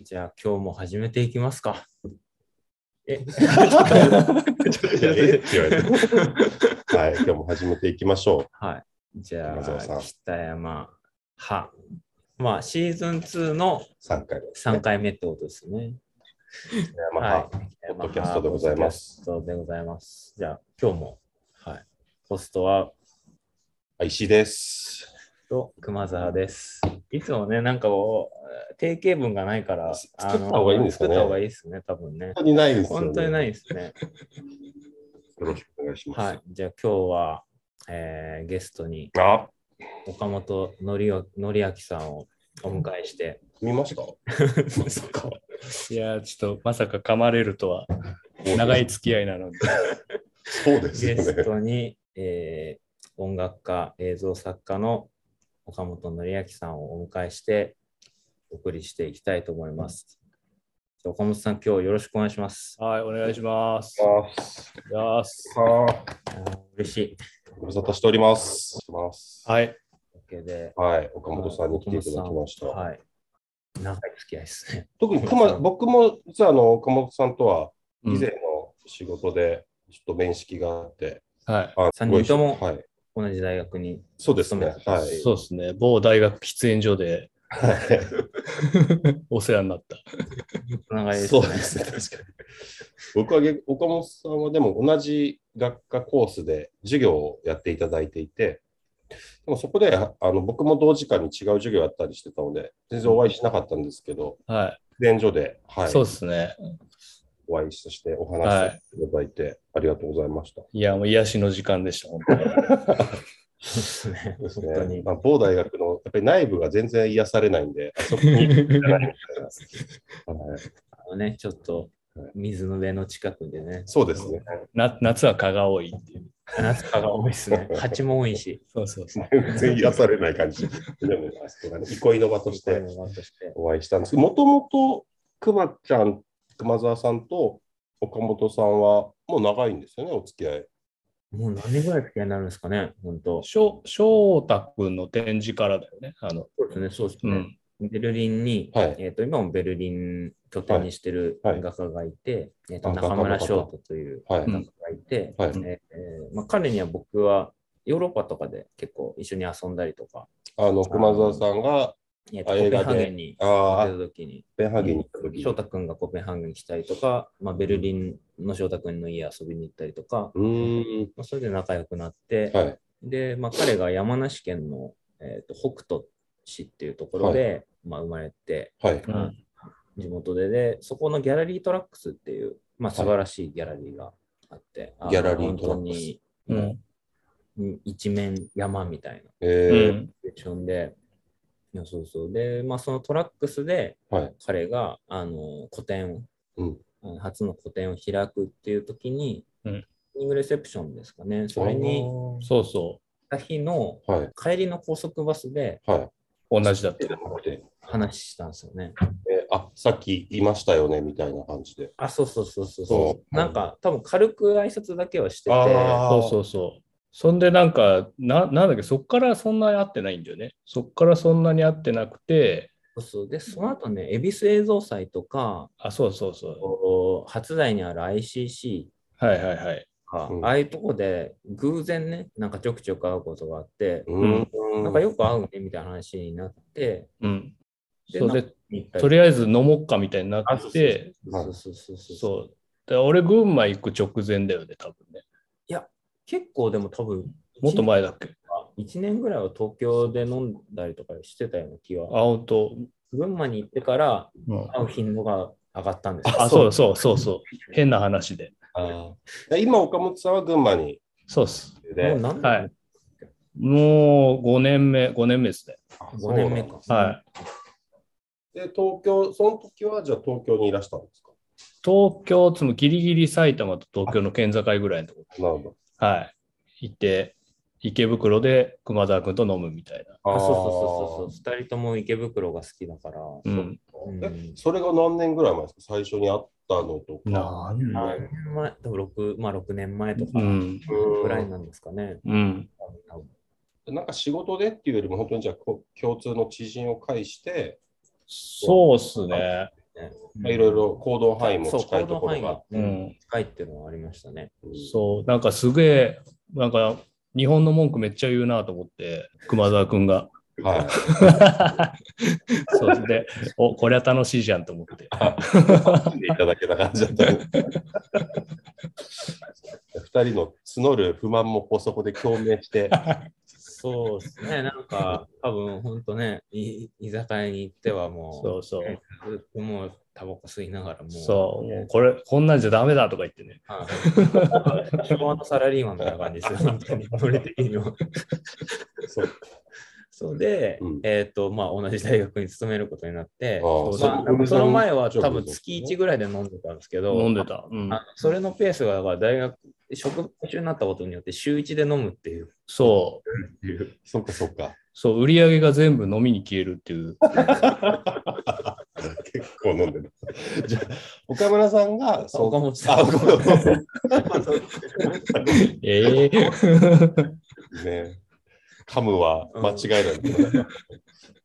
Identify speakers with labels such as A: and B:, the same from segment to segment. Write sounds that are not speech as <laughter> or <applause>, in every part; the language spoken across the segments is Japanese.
A: じゃあ今日も始めていきますか。え
B: えって言われて。はい、今日も始めていきましょ
A: はい。じゃ
B: 山澤さ
A: あ、
B: ん
A: 北山派。まあ、シーズン2の
B: う。3回目です、
A: 3回目ってことですね。
B: まあ、
A: はい。
B: ポッドキャストでございます。
A: ポッドキャストでございます。じゃあ、今日も、はい。ホストは、
B: あ石井です。
A: と熊沢です。いつもね、なんかこう、定型文がないから、
B: す
A: あの
B: 作った方がいいんですかね
A: 作った方がいいですね、多分ね
B: 本。当にないですよ、ね。。
A: 本当にないいですね。
B: よろしくお願いします。
A: はい。じゃあ、今日は、えーゲストに
B: あ、
A: 岡本のりおのりあきさんをお迎え
B: <laughs>
A: して、
B: 見ました
A: まさか。
C: いやー、ちょっとまさか噛まれるとは、長い。付き合いなので。
B: そうですよ
A: ゲ
B: ね。
A: ストに、えー音楽家、映像作家の岡本紀明さんをお迎えしてお送りしていきたいと思います。じゃあ岡本さん、今日よろしくお願いします。
C: はい、お願いします。
B: あ
C: お願いします
B: さ
A: あ
B: あ、
A: ー嬉しい。
B: ご無沙汰しております。します
C: はい、
A: わけで、
B: はい、岡本さんに来ていただきました。
A: 岡本さんはい。長い付き合いですね。
B: 特に熊、僕も実はあの岡本さんとは以
C: うん
B: 前の仕事でちょっと面識があって、
C: は。
B: あ
A: 三人とも
B: すごいはい、
A: 同じ大学に。
B: そうですね。はい
C: そうですね、某大学喫煙所
B: い。
C: でお世話になった。
A: 長いです
B: そ
A: ね
B: う。ですね、確かに。僕はげ岡本さんはでも同じ学科コースで授業をやっていただいていて、でもそこであの僕も同時間に違う授業やったりしてたので、全然お会いしなかったんですけど、
C: は
B: 喫煙所で、はい
C: い、、そうですね。
B: お会いしてお話しさせていただいて、ありがとうございました。
C: いや、もう癒しの時間でした、本当に。
A: そうですね。
B: です
A: 本
B: ね
A: 当に。
B: まあ、某大学のやっぱり内部が全然癒されないんで、あそこに行かないみたいな、はい
A: あのね、ちょっと水の上の近くでね。
B: そうですね。
C: な夏は蚊が多いっていう。
A: 夏かが多いです
B: <laughs>
A: ね。蜂も多いし。
C: そうそうそう。
B: 全然癒されない感じ。でも、あそこがね、憩いの場としてお会いしたんですけど、もともと熊ちゃん、熊沢さんと岡本さんは、もう長いんですよね、お付き合い。
A: もう何年ぐらい付き合いになるんですかね、本当。
C: 翔翔太くんの展示からだよね。あの、
A: そうですね、そうです
C: う
A: ね。
C: ん。
A: ベルリンに、
B: はい
A: えっ、と、今もベルリン拠点にしてる
B: はいはい
A: 画家がいて、えっ、と、
B: あ
A: 中村翔太という
B: はい。
C: うん
A: 画家がいて、
B: はい
A: えーえーまあ、彼には僕はヨーロッパとかで結構一緒に遊んだりとか、
B: あの、熊沢さんが、
A: えーと
B: あ
A: コペ
B: 映画
A: ンハ
B: で
A: ーゲンに
B: ああ、
A: 行っ
B: コ
A: た時に、
B: ペンハーゲンに行った時
A: 翔太君がコペンハーゲンに来たりとか、まあ、ベルリンの翔太君の家遊びに行ったりとか、
B: うーん。
A: まあ、それで仲良くなって、
B: はい。
A: で、まあ、彼が山梨県の、えー、と北斗市っていうところで、まあ、生まれて、
B: はい。
C: うん
A: 地元でで、そこのギャラリートラックスっていう、まあ、素晴らしいギャラリーがあって、あの
B: ギャラリートラ
A: 本
B: ッ
A: 当
B: クス
A: に
C: うん。
A: うん一面山みたいな
B: えー
C: うん。
A: セクションで、いやそうそう。で、まあ、そのトラックスで
B: はい。
A: 彼があの個展を、
B: うん
A: うん初の個展を開くっていう時に、
C: うん
A: イングレセプションですかね、それに
C: そう
A: 行っ
C: そ
A: た日の
B: あー、はい。
A: 帰りの高速バスで
B: はい。
C: う。同じだった。
B: で
A: 話したんですよね。
B: えーあさっき言いましたよねみたいな感じで。
A: あ、そうそうそうそう
B: そ
A: そうう。なんか、多分軽く挨拶だけはしてて、
B: あ
C: そうそうそう。そんでなんか、ななんだっけ、そっからそんなに会ってないんだよね。そっからそんなに会ってなくて、
A: そうそうで、その後ね、恵比寿映像祭とか、
C: あ、そうそうそ
A: こう初台にある ICC
C: う。はいはいはい。
A: とか、
B: うん
A: ああいうとこで偶然ね、なんかちょくちょく会うことがあって、
B: うん。
A: なんかよく会うねみたいな話になって、
C: うん。
A: で
C: それで、
A: 行った
C: と
A: り
C: りあえず飲もっかみたいにな
A: あ
C: っ
A: そう
C: て、
A: そうそうそうそうそう。
C: そう。で俺、群馬行く直前だよね、多分ね。
A: 結構でも多分、
C: もっと前だっけ。
A: 1年ぐらいは東京で飲んだりとかしてたような気
C: あ、
A: は、
C: 本当。
A: 群馬に行ってから
C: うん
A: 会う頻度が上がったんですよ
C: あ、そうだそうそうそう。変な話で。
B: あー今、岡本さんは群馬に
C: そうっす。
B: いる
A: も
B: ね
A: う何
C: は
A: 年
C: い。もう5年目、5年目ですね。
B: あ
A: 5年目か。
C: はい。
B: で、東京、その時はじゃあ東京にいらしたんですか
C: 東京、つもギリギリ埼玉と東京の県境ぐらいのとこ
B: なるほど。
C: はい。いて、池袋で熊沢君と飲むみたいな。
A: あそうそうそうそうそう、2人とも池袋が好きだから、
C: うん。
B: そう
A: うん
B: え、それが何年ぐらい前ですか最初に会ったのとか。
C: なんだ
A: 何年前、多分6、まあ、6年前とか
C: うん。
A: ぐらい
B: うん
A: なんですかね。
C: うん。
A: 多分
B: なんか仕事でっていうよりも、本当にじゃあこ共通の知人を介して、
C: そうっすね。
B: まあいろいろ行動範囲も
A: そう
B: 近いところ
A: 行動
B: が。
A: 範囲がうん
C: うん
A: 近いっていうのはありましたね。
C: そう、なんかすげえ、なんか日本の文句めっちゃ言うなと思って、熊沢くん <laughs> が。
B: <laughs> はい。
C: そうで、お、これは楽しいじゃんと思って。
B: 見ていただけた感じだったんで。2人の募る不満もこうそこで共
A: <laughs>
B: 鳴して、
A: そうですね。なんか、多分本当ね、い居酒屋に行ってはもう
C: そうそう。
A: ずっともうタバコ吸いながらもう、
C: そう、もうこれ、こんなんじゃダメだとか言ってね。
A: <laughs> はい昭和のサラリーマンみたいな感じですよ、本当に、俺的には。
B: そう
A: そうで、
B: うん
A: えっ、と、まあ、同じ大学に勤めることになって、
B: ああ
A: まあなんかその前は
B: そう
A: 多分月1ぐらいで飲んでたんですけど、
C: 飲んでた。うん。
A: あそれのペースがだから大学、職中になったことによって週1で飲むっていう。
C: そう。
B: そっかそっか。
C: そう、売り上げが全部飲みに消えるっていう。
B: 結構飲んでる。じゃあ、岡村さんが、そう
A: 岡本さん
B: あ、岡村さん。
C: ええ
B: ね。カムは間違いないですね、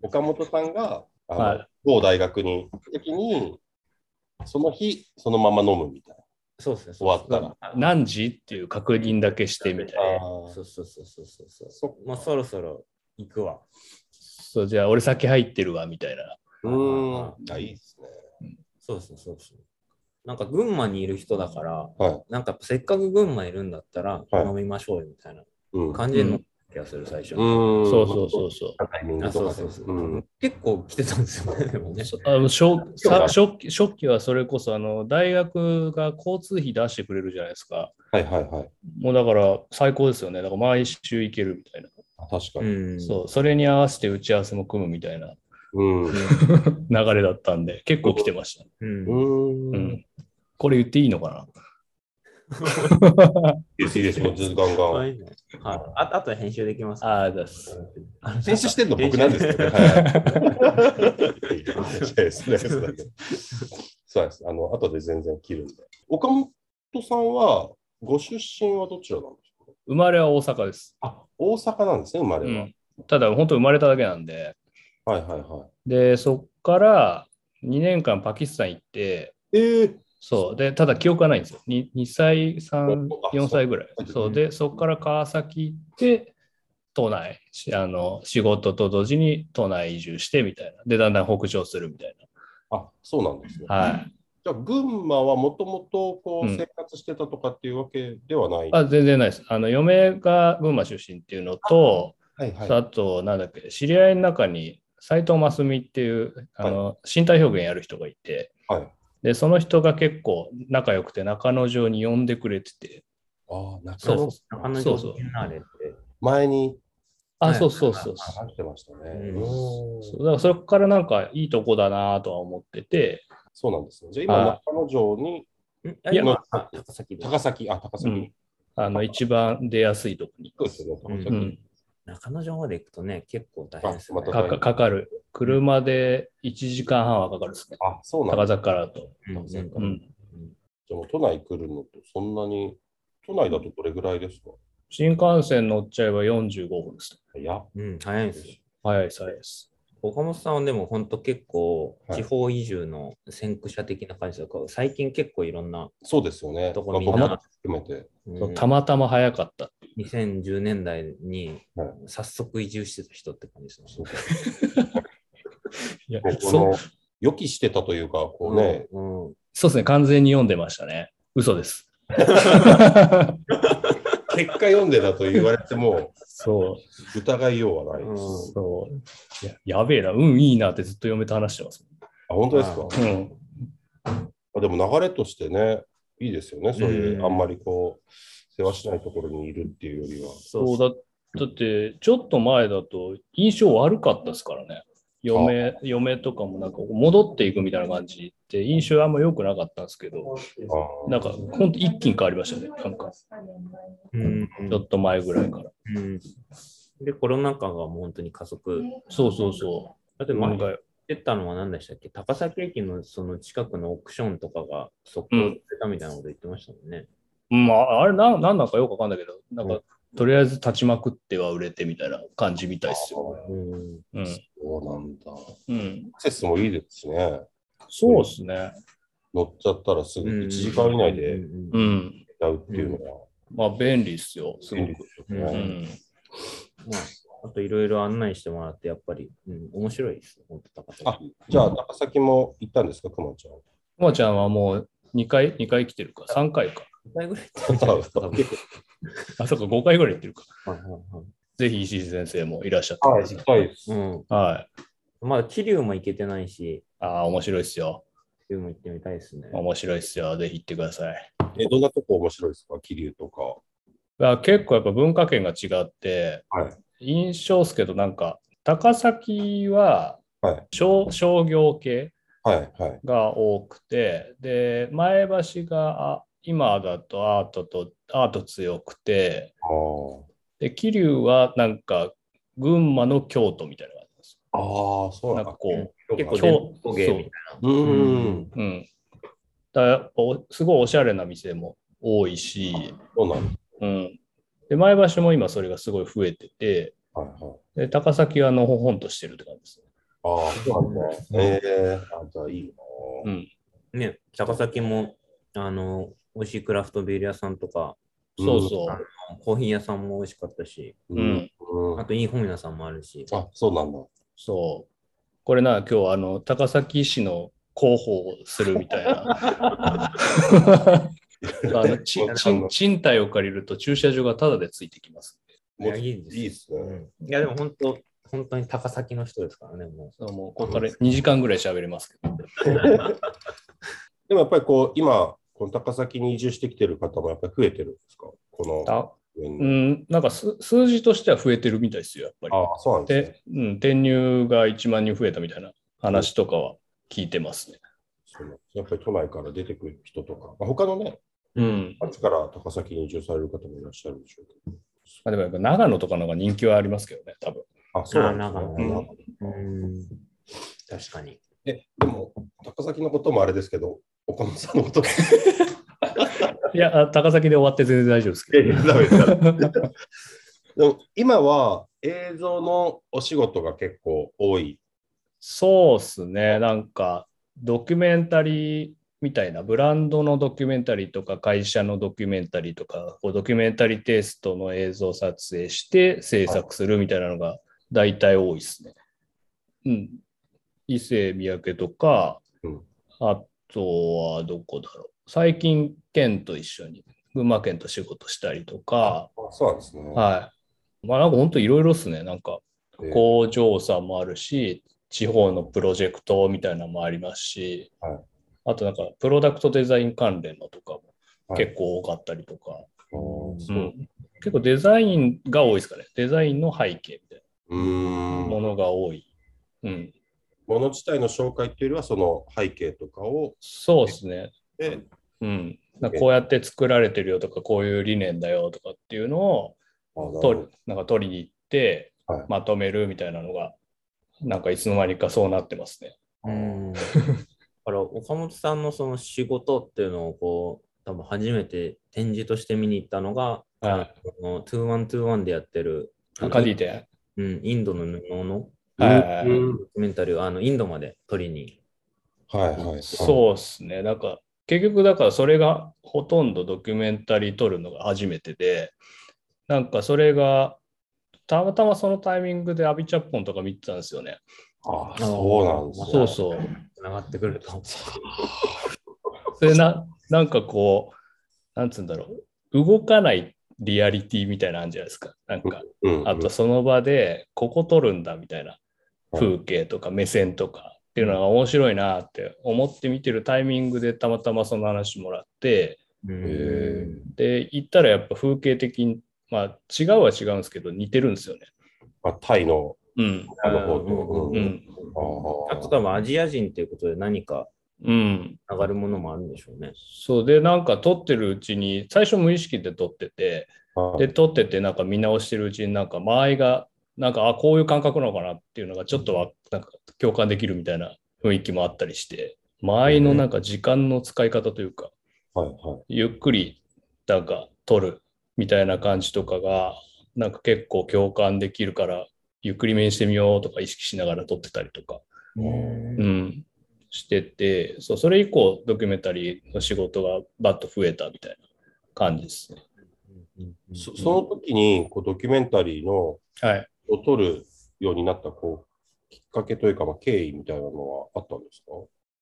B: 岡本さんが、あの
C: はい
B: 某大学に行った時に、その日、そのまま飲むみたいな。
A: そうですね。
B: 終わったら
C: 何時っていう確認だけしてみたいな。
A: そうそうそうそうそうそう
B: そっか
A: もうそろそろ行くわ。
C: そう、じゃあ俺先入ってるわ、みたいな。
B: うーん。あ、いいですね。
A: そうですね、そうですね。なんか群馬にいる人だから、
B: はい
A: なんかせっかく群馬いるんだったら
B: はい
A: 飲みましょうよみたいな
B: うん。
A: 感じで飲んだ気がする、最初、
B: うん
C: そうそうそうそう。
B: タイミン
A: あ
B: グ
A: そ
B: と
A: う
B: か
A: そうそう、
B: うん
A: 結構来てたんですよね、でもね。
C: そあの初
B: 今日
C: さ
B: は
C: 初期初期はそれこそあの大学が交通費出してくれるじゃないですか。
B: はいはいはい。
C: もうだから最高ですよね。だから毎週行けるみたいな。
B: あ確か
A: う
B: に。
A: ん、
C: そう、それに合わせて打ち合わせも組むみたいな
B: うん。う
C: 流れだったんで、結構来てました、
A: うん
B: ー。
C: うんん。これ言っていいのか
B: いいですいいです、もうずっとガン
A: は
B: ガン。
A: い、ああとは編集できます
C: なああ、です。
B: 編集してるの僕なんですけどね。はいいやそうですねそうですそうです。あの、後で全然切るんで。岡本さんは、ご出身はどちらなんですか
C: 生まれは大阪です。
B: あ、大阪なんですね、生まれ
C: う
B: は。
C: ん、ただ、本当生まれただけなんで、
B: はいはいは
C: で、そっから2年間パキスタン行って、
B: い。えー、
C: そう、で、ただ記憶はないんですよ。2, 2歳、3
B: あ、
C: 4歳ぐらい
B: そう。ですね
C: そうで、そこから川崎行って、都内、しあの仕事と同時に都内移住してみたいな。で、だんだん北上するみたい
B: あ、そうなんですね。
C: な。はい。
B: じゃあ、群馬はもともとこう
C: うん
B: 生活してたとかっていうわけではない。
C: あ全然ないです。あの、嫁が群馬出身っていうのと、
B: はいはい。
C: あと、なんだっけ、知り合いの中に斎藤真澄っていうあの、身体表現やる人がいて、
B: はい
C: で、その人が結構仲良くて中野城に呼んでくれてて、
B: ああ、中
C: そう
B: 野
A: 中野
C: そ
A: 城
C: うそう
A: ビエンナーレって。
B: 前に
C: あ、
A: はい
C: そうそうそうそう。
B: 話してましたね。
A: うん
B: うん
C: そうだからそこからなんかいいとこだなとは思ってて、
B: そうなんですね。じゃあ今、
C: は
B: 中野城に、
A: んあ
C: いや
A: 今、あ高崎で
B: 高崎、あ、高崎。
C: うんあの一番出やすいとこに、
B: そうですよね、高崎。
C: うん、
A: 中野城まで行くとね、結構大変ですよね。
B: あまた
C: かかかかる。車で1時間半はかかるですね。
B: あ、そうなん
C: 高
B: です
C: 崎からだと。
A: うんうん
B: 高
C: う
B: 崎
C: ん、
B: じゃあもう都内来るのと、そんなに、都内だとどれぐらいですか
C: 新幹線乗っちゃえば45分です。
B: やっ
A: うん、早いですよ。
C: 早いです早いです。
A: 岡本さんはでも本当結構
B: はい
A: 地方移住の先駆者的な感じだから、最近結構いろんな、
B: そうですよね。
A: どこ
B: まあ
A: みん
B: 僕
A: な
B: も含めて。
A: うん
C: そうたまたま早かった。
A: 2010年代に
B: はい
A: 早速移住してた人って感じですね。
B: そうか
C: いや
B: ここ
C: そう
B: の予期してたというか、こうね、
A: うんうん
C: そうですね、完全に読んでましたね。嘘 <laughs> です。
B: 結果読んでたと言われても、
C: そ
B: 疑いようはない。
A: うん
C: う、そう。いややべえな、うん、いいなってずっと嫁と話してます。
B: あ、本当ですか
A: あ
C: うん、
B: あでも流れとしてね、いいですよね。そうい
A: う
B: う、
A: ん
B: あんまりこう、世話しないところにいるっていうよりは。
C: そうだだって、ちょっと前だと印象悪かったですからね。嫁嫁とかもなんか戻っていくみたいな感じって印象あんま良くなかったんですけど、
B: あー
C: なんか本当一気に変わりましたね。なんか
A: うん
C: ちょっと前ぐらいから。
A: うんで、コロナ禍がもう本当に加速。
C: そうそうそ
A: だって
C: う。
A: 前
C: なん
A: に
C: か
A: 言ってたのは何でしたっけ高崎駅のその近くのオークションとかが速攻してたみたいなこと言ってましたもんね。
C: まあ、あれな、なんなんかよくわかんないけど、なんか、とりあえず立ちまくっては売れてみたいな感じみたいですよ。
A: うん
C: うん。
B: そうなんだ。
C: うん
B: アクセスもいいですしね。
C: そうですね。
B: 乗っちゃったらすぐ1時間以内で
A: うん
C: うん。
B: やうっていうのは、
C: まあ、便利っすよ、すごく。
B: う
C: うんん。
A: まあ、あといろいろ案内してもらって、やっぱり、うん、面白いですよ、本当高崎
B: あじゃあ、高崎も行ったんですか、くまちゃん。
C: くまちゃんはもう2回、二回来てるか、3回か。
A: 2回ぐらい行ってみたいです多分
C: あ、そうか、5回ぐらい行ってるか。
A: はいはいはい
C: ぜひ石井先生もいらっしゃってく
B: は
C: だ
B: い、
C: さい
B: 行き。たいです。
A: うん、
C: はい。
A: まだ桐生も行けてないし、
C: ああ、面白いっすよ。
A: 桐生も行ってみたいですね。
C: 面白いっすよ。ぜひ行ってください。
B: <laughs> え、どんなとこ面白いですか、桐生とか。
C: あ結構やっぱ文化圏が違って、
B: はい
C: 印象っすけど、なんか、高崎は
B: はい
C: 商,、商業系
B: はい、はい。
C: が多くて、で、前橋があ今だとアートと、アート強くて、
B: あー
C: で、桐生はなんか、群馬の京都みたいな感じです。
B: あー、そうなん
C: なんか
B: だ。
C: こう、
A: 結構
C: 今日
A: 伝統芸みたい
B: うん
A: な。
B: うん、
C: うん。だやっぱおすごいおしゃれな店も多いし、
B: そうなんだ。
C: うん。で、前橋も今それがすごい増えてて、
B: はい、はい。
C: で高崎はのほほんとしてるって感じですね。
B: ああ、そうなんだ。ええあ、じゃあいいな。
A: ね、高崎も、あの、美味しいクラフトビール屋さんとか、
C: そうそ
A: コーヒー屋さんも美味しかったし、
C: う。うん。
B: うん
A: あといい本屋さんもあるし、
B: あ、そうなんだ。
C: そう。これな、今日はあの、高崎市の広報をするみたいな。 <laughs> あのちちん賃貸を借りると駐車場がタダでついてきます。
A: いやいいです
B: いいっす
A: う
B: ね。
A: んいや、でも本当、本当に高崎の人ですからね、
B: <laughs>
A: も
C: そうもうここから2時間ぐらい喋れますけど。
B: でもやっぱりこう、今、この高崎に移住してきてる方もやっぱり増えてるんですかこの
C: た
B: 上に。
C: うん、なんかす数字としては増えてるみたいですよ、やっぱり。
B: ああ、そうなんですね。
C: で、うん、転入が1万人増えたみたいな話とかは聞いてますね。
B: そのやっぱり都内から出てくる人とか、まあ、他のね、
C: うん。
B: あっちから高崎に移住される方もいらっしゃるでしょうけど。
C: まあ、でもやっぱ長野とかの方が人気はありますけどね、多分。
B: あ、そうなん
A: あ長
B: で
A: 野
B: す
C: う
B: ね
C: ん
B: 長野。
A: う。うん確かに。
B: え、でも、高崎のこともあれですけど、岡本さんのことも。
C: いや、あ高崎で終わって全然大丈夫ですけど。
B: ダメだ。 <laughs> でも今は映像のお仕事が結構多い。
C: そうっすね、なんかドキュメンタリーみたいな、ブランドのドキュメンタリーとか、会社のドキュメンタリーとか、こうドキュメンタリーテイストの映像撮影して制作するみたいなのが大体多いですね。うん。伊勢三宅とか
B: うん、
C: あとはどこだろう。最近、県と一緒に、群馬県と仕事したりとか、
B: そうなんですね。
C: はい。まあなんか本当いろいろっすね。なんか
B: えー
C: 工場さんもあるし、地方のプロジェクトみたいなのもありますし、
B: はい
C: あとなんかプロダクトデザイン関連のとかも
B: はい
C: 結構多かったりとか、
B: あー
C: う、
B: そうん
C: 結構デザインが多いですかね。デザインの背景みたいう
B: ー。
C: なんものが多い。うん、
B: 物自体の紹介っていうよりは、その背景とかを、
C: そうですね。
B: で
C: うん、なんかこうやって作られてるよとか、こういう理念だよとかっていうのを
B: あーなるほ
C: 取
B: ど
C: なんか取りに行って
B: はい
C: まとめるみたいなのが、なんかいつの間にかそうなってますね。
A: うん。だから、岡本さんのその仕事っていうのを、こう、多分初めて展示として見に行ったのが、
C: はい、
A: この2121でやってる、あの
C: カディ店。
A: うん、インドの布の
C: はい
B: う
A: ド
B: ん
A: キュメンタリーをあのインドまで取りに。
B: はいはい。
C: そうですね。なんか結局だからそれがほとんどドキュメンタリー撮るのが初めてで、なんかそれがたまたまそのタイミングでアビチャッポンとか見てたんですよね。
B: あーそうなんですね。
C: そうそう。
A: つながってくると。
C: それななんかこう、なんつうんだろう、動かないリアリティみたいなのあるんじゃないですか。なんか
B: うん
C: あとその場でここ撮るんだみたいな風景とか目線とかっていうのが面白いなって思って見てるタイミングでたまたまその話もらって
A: うん
B: へ
C: で行ったらやっぱ風景的にまあ違うは違うんですけど似てるんですよね。
B: あタイの
C: うん
B: あの方と。
C: う
B: うん
C: ん
A: あ
B: あ
A: と
B: ー
A: 多分アジア人ということで何か
C: うん、
A: 上がるものもあるんでしょうね。
C: そうでなんか撮ってるうちに最初無意識で撮ってて
B: はい
C: で撮っててなんか見直してるうちになんか間合いがなんかあこういう感覚なのかなっていうのがちょっとわなんか共感できるみたいな雰囲気もあったりして間合いのなんか時間の使い方というか
B: はいはい。
C: ゆっくりなんか撮るみたいな感じとかがなんか結構共感できるからゆっくりめにしてみようとか意識しながら撮ってたりとか、
B: うん
C: うん、してて、そう、それ以降、ドキュメンタリーの仕事がバッと増えたみたいな感じですね。
B: そその時にこうドキュメンタリーの
C: はい。
B: を撮るようになったこうきっかけというか、まあ、経緯みたいなのはあったんですか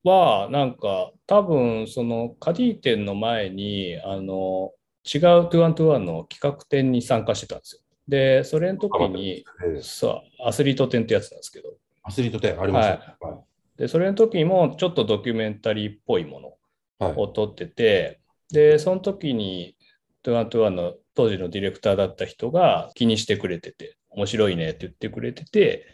C: は、なんか、多分、その、カディ展の前に、あの、違う2121の企画展に参加してたんですよ。で、それの時に、
B: えー
C: そう、アスリート展ってやつなんですけど、
B: アスリート展ありました、は
C: で、それの時も、ちょっとドキュメンタリーっぽいもの
B: いはい
C: を撮ってて、で、その時に、トゥワントゥワンの当時のディレクターだった人が気にしてくれてて、面白いねって言ってくれてて、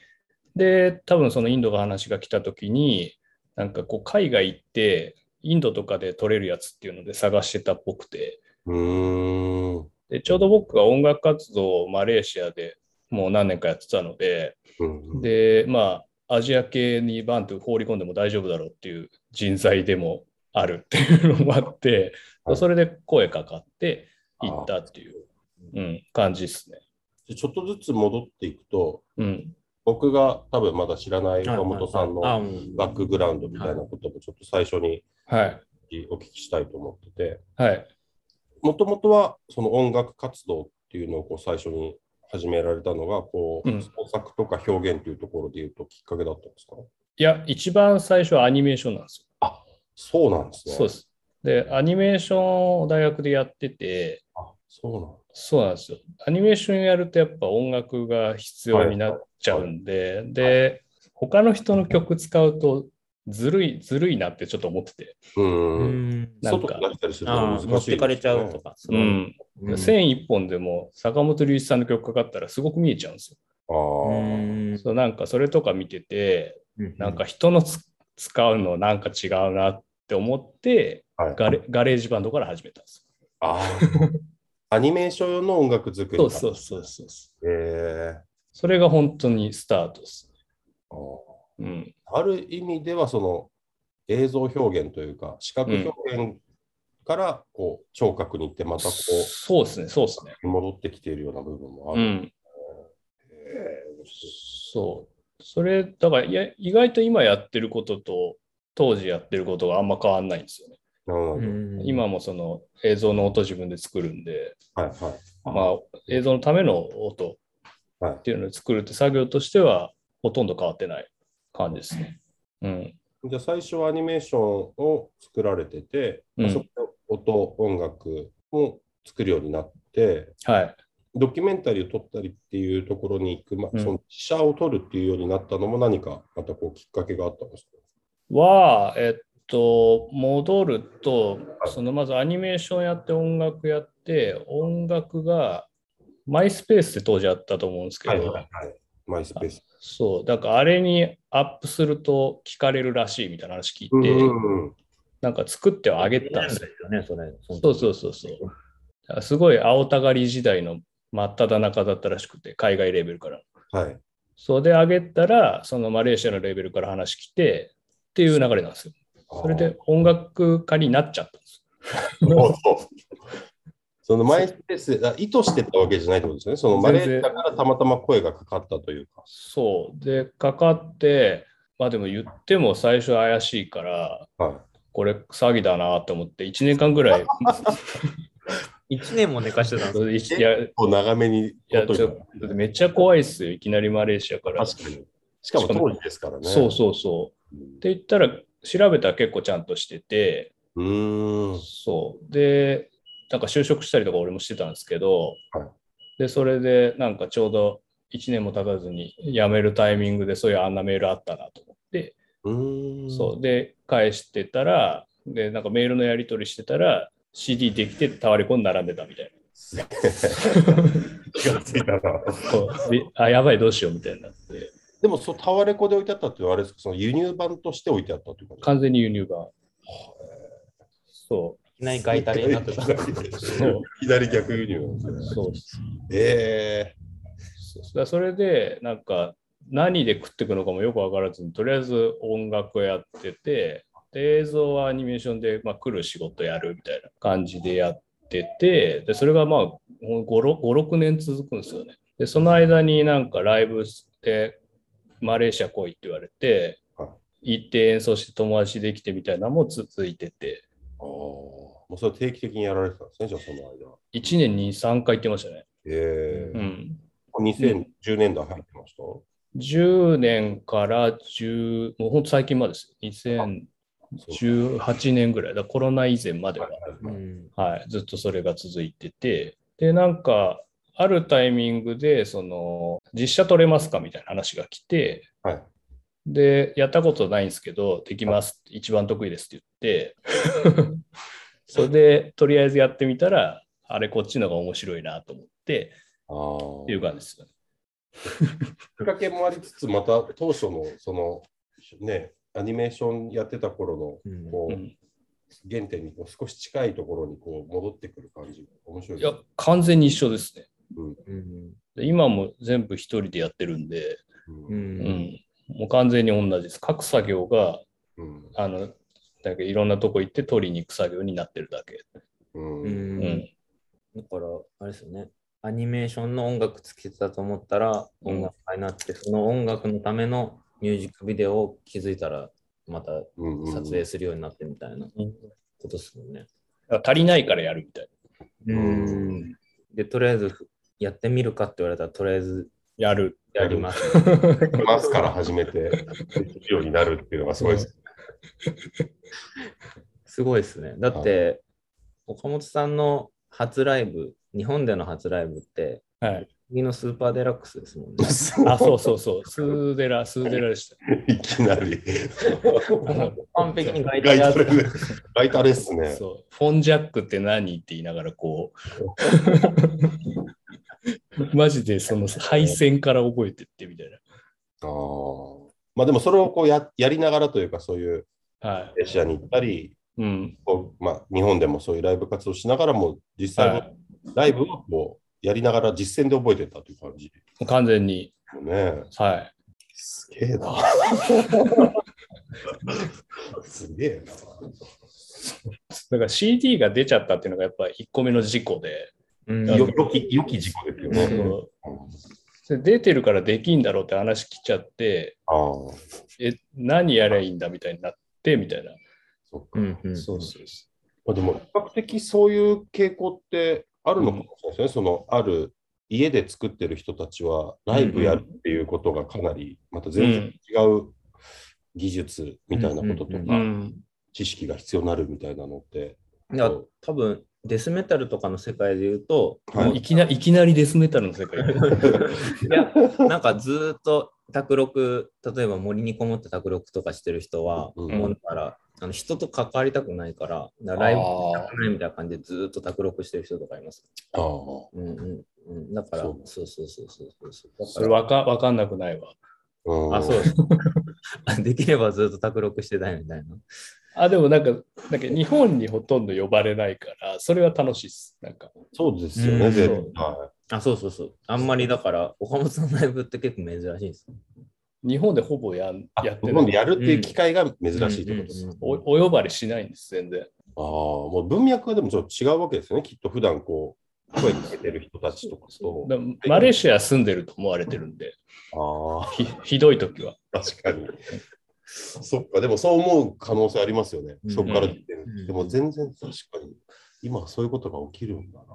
C: で、多分そのインドが話が来た時に、なんかこう海外行って、インドとかで撮れるやつっていうので探してたっぽくて、
B: うーん
C: で、ちょうど僕が音楽活動をマレーシアでもう何年かやってたので、
B: うん
C: で、まあ、アジア系にバンと放り込んでも大丈夫だろうっていう人材でもあるっていうのもあって、
B: はい
C: それで声かかって行ったっていう、うん、感じですね。
B: でちょっとずつ戻っていくと、
C: うん、
B: 僕が多分まだ知らない岡本さんの
A: あ
B: バックグラウンドみたいなこともちょっと最初に
C: はい、
B: お聞きしたいと思ってて、
C: はい、
B: もともとはその音楽活動っていうのをこう最初に始められたのがこう、
C: うん
B: 創作とか表現というところでいうときっかけだったんですか
C: いや、一番最初はアニメーションなんですよ。
B: そうなんですね。
C: そうです。で、アニメーションを大学でやってて、
B: あそう
C: そうなんですよ。アニメーションやるとやっぱ音楽が必要になっちゃうんで、で、他の人の曲使うとずるい、ずるいなってちょっと思ってて、
B: なんうんうんうん。
C: なんか
B: 外から来たりすると
A: あ
B: 難し
A: あ、
B: い、
A: 持ってかれちゃうと。か。そうの
C: ん、線一本でも坂本龍一さんの曲かかったらすごく見えちゃうんですよ。
B: あ
A: う
B: ー
A: ん
C: そうなんかそれとか見ててなん
A: か、
C: か人のつ使うのなんか違うなって思って
B: はい
C: ガレガレージバンドから始めたんです
B: あーアニメーション用の音楽作り
C: よ。そうそうそうそ
B: う。
C: う。
B: え
C: それが本当にスタートです。
B: ーあー
C: うん、
B: ある意味ではその映像表現というか視覚表現からこう聴覚に行ってまたこ
C: そうですね、そうですね。
B: う戻ってきているような部分もあ
C: う
B: る。
C: ん、
B: え
C: そう。それ、だからいや意外と今やってることと当時やってることがあんま変わんないんですよね。
B: ーなるほど。
C: 今もその映像の音自分で作るんで、
B: はいはい。
C: まあ、映像のための音
B: はい
C: っていうのを作るって作業としてはほとんど変わってない感じですね。うん。
B: じゃあ最初はアニメーションを作られてて、
C: うん
B: そこで音、音楽も作るようになって、
C: はい。
B: ドキュメンタリーを撮ったりっていうところに行く、ま
C: う
B: あ、
C: ん
B: その記者を撮るっていうようになったのも何かまたこうきっかけがあったんです
C: は、えっと、戻ると
B: は、い
C: そのまずアニメーションやって音楽やって、音楽が、マイスペースって当時あったと思うんですけ
B: か
C: ど、
B: い。マイスペース。
C: そう、だからあれにアップすると聞かれるらしいみたいな話聞いて、
B: うん
C: なんか作ってはあげてたん
A: たん
C: で
A: です
C: よ
A: すよね、それ。
C: そうそうそうそう。すごい青たがり時代の真っ只中だったらしくて、海外レーベルから。
B: はい。
C: それで上げたら、そのマレーシアのレーベルから話来てっていう流れなんですよ。それで音楽家になっちゃったんです。
B: <laughs> そのマイスペースであ意図してたわけじゃないってことですよね。そのマレーシアからたまたま声がかかったというか。
C: そう。で、かかって、まあでも言っても最初怪しいから、
B: は
C: これ詐欺だなと思って、1年間ぐらい、
A: 1年も寝かしてたんですよ。
C: いや、い
B: い。こう長めに撮
C: や
B: っといた
C: ちょっとめっちゃ怖いですよ、いきなりマレーシアから。
B: 確かに。しかも当時ですからね。
C: そうそう
B: う
C: そう。
B: ん
C: って言ったら、調べたら結構ちゃんとしてて、
B: うーん。
C: そう。で、なんか就職したりとか俺もしてたんですけど、
B: はい
C: で、それでなんかちょうど1年も経たずに辞めるタイミングでそういうあんなメールあったなと思って、
B: うーん。
C: <laughs> そう。で、返してたら、で、なんかメールのやり取りしてたら、CD できてタワレコに並んでたみたい
B: 気がついたな。
C: な。そ
B: <laughs>
C: うであ、やばい、どうしようみたいになって、
B: でも、そうタワレコで置いてあったっていうのはあれですか、その輸入版として置いてあったっていうこと
C: 完全に輸入版。そ
A: いきなりガイタレになってた。
C: う。そう
B: 左逆輸入なんですね。
C: そう
B: え
C: そうだからそれでなんか何で食っていくのかもよく分からずにとりあえず音楽をやっててで映像はアニメーションで、まあ、来る仕事やるみたいな感じでやっててでそれがまあ56年続くんですよねでその間になんかライブでマレーシア来いって言われて
B: は
C: 行って演奏して友達できてみたいなのも続いてて、
B: ああ、もうそれ定期的にやられてたんですね、じゃあその間。
C: 1年に3回行ってましたね。
B: え
C: う
B: え
C: ん。
B: 2010年代入ってました、
C: 10年から10、もうほんと最近までです。2018年ぐらい、だからコロナ以前までは、
A: う
B: はい
A: ん。
C: はい、ずっとそれが続いてて、で、なんか、あるタイミングで、その、実写撮れますかみたいな話が来て、
B: はい。
C: で、やったことないんですけど、できます、一番得意ですって言って、それで、とりあえずやってみたら、あれ、こっちのが面白いなと思って、
B: ああ。
C: っていう感じですよね。
B: きっかけもありつつ、また当初のそのね、アニメーションやってた頃
A: う
B: の
A: ん
B: こう、
C: うん
B: 原点にこう少し近いところにこう戻ってくる感じ、面白い
C: い
B: です
C: や、完全に一緒ですね。
A: うん
C: で今も全部一人でやってるんで、
B: うん
A: う
C: うんん、もう完全に同じです。各作業が、
B: うん
C: あの、だけいろんなとこ行って取りに行く作業になってるだけ。
B: うん
A: う
B: うん
C: うんん。
A: だから、あれですよね。アニメーションの音楽つけてたと思ったら、
C: うん
A: 音楽家になって、その音楽のためのミュージックビデオを気づいたら、また
B: うんうん
A: 撮影するようになってみたいな
C: うん
A: ことですもんね。
C: だから足りないからやるみたい
B: うん
A: で、とりあえずやってみるかって言われたら、とりあえず
C: な。やる。
A: やります。
B: ますから始めて、できるようになるっていうのがすごいです。
A: すごいですね。だって、岡本さんの初ライブ、日本での初ライブって、
C: はい。
A: 次のスーパーデラックスです
B: <laughs>
A: もんね。
C: あ、そうそうそう。スーデラ、スーデラでした。
B: いきなり。
A: 完璧に外
B: ラ
A: 体
B: イ
A: や
B: タ
A: っ
B: ーでライターですね。
C: そう。フォンジャックって何って言いながら、こう。 <laughs> マジでその配線から覚えてってみたい
B: あーまあでもそれをこうややりながらというか、そういう
C: な。は
B: エシアに行ったり、
C: い。うん。
B: こうまあ、日本でもそういうライブ活動しながらも、実際
C: は
B: に
C: い。
B: ライブをこうやりながら実践で覚えてたという感じ
C: もう完全に。
B: もね。
C: はい。
B: すげえな。すげえな。
C: だから CD が出ちゃったっていうのがやっぱ1個目の事故で。
A: うん
B: よよき良き事故ですよ
C: そ
B: ね。
C: うで出てるからできんだろうって話来ちゃって、
B: ああ、そ
C: え、何やりゃいいんだみたいになって、みたいな。
B: っか。
A: うんうん
C: そうそうそ
B: まあ、でも、比較的そういう傾向ってあるのかもしれないですね。そのある家で作ってる人たちは、ライブやるっていうことがかなり、また全然違う技術みたいなことと
A: うん
C: う。う
B: か、
C: ん。
B: 知識が必要になるみたいなのって、
A: いや多分デスメタルとかの世界で言うと、
B: はい
A: もう
C: いきな、いきなりデスメタルの世界。
A: いやなんかずーっと卓録例えば森にこもって卓録とかしてる人は、
B: うん
A: もうだからあの人と関わりたくないからだからライブしたくないみたいな感じでずーっと卓録してる人とかいます。
B: ああ、
A: うんうんうん、だから
B: そう
A: そうそうそうそうそうそうだから
C: それわか、わかんなくないわ。
B: うん
A: あそうです <laughs> できればずっと卓録してたいみたいな。
C: あ、でもなんか、なんか日本にほとんど呼ばれないから、それは楽しいです。なんか、
B: そうですよね、
A: うん
B: 絶対。
A: あそうそうそう。あんまりだから岡本さんのライブって結構珍しいんですよ。
C: 日本でほぼやんやっ
B: 日
C: てな
B: 本で
C: い。
B: やるっていう機会が珍しいってことです。
A: うんうんうん
C: おお呼ばれしないんです、全然。
B: ああ、もう文脈はでもちょっと違うわけですよね。きっと普段こう、声かけてる人たちとか
A: <laughs>
B: と。
C: だからマレーシア住んでると思われてるんで、
B: あ
C: ひひどい時は。
B: あ、確かに。そっか、でもそう思う可能性ありますよね。
A: うん
B: そこから出て
A: うん
B: でも全然確かに、今はそういうことが起きるんだな。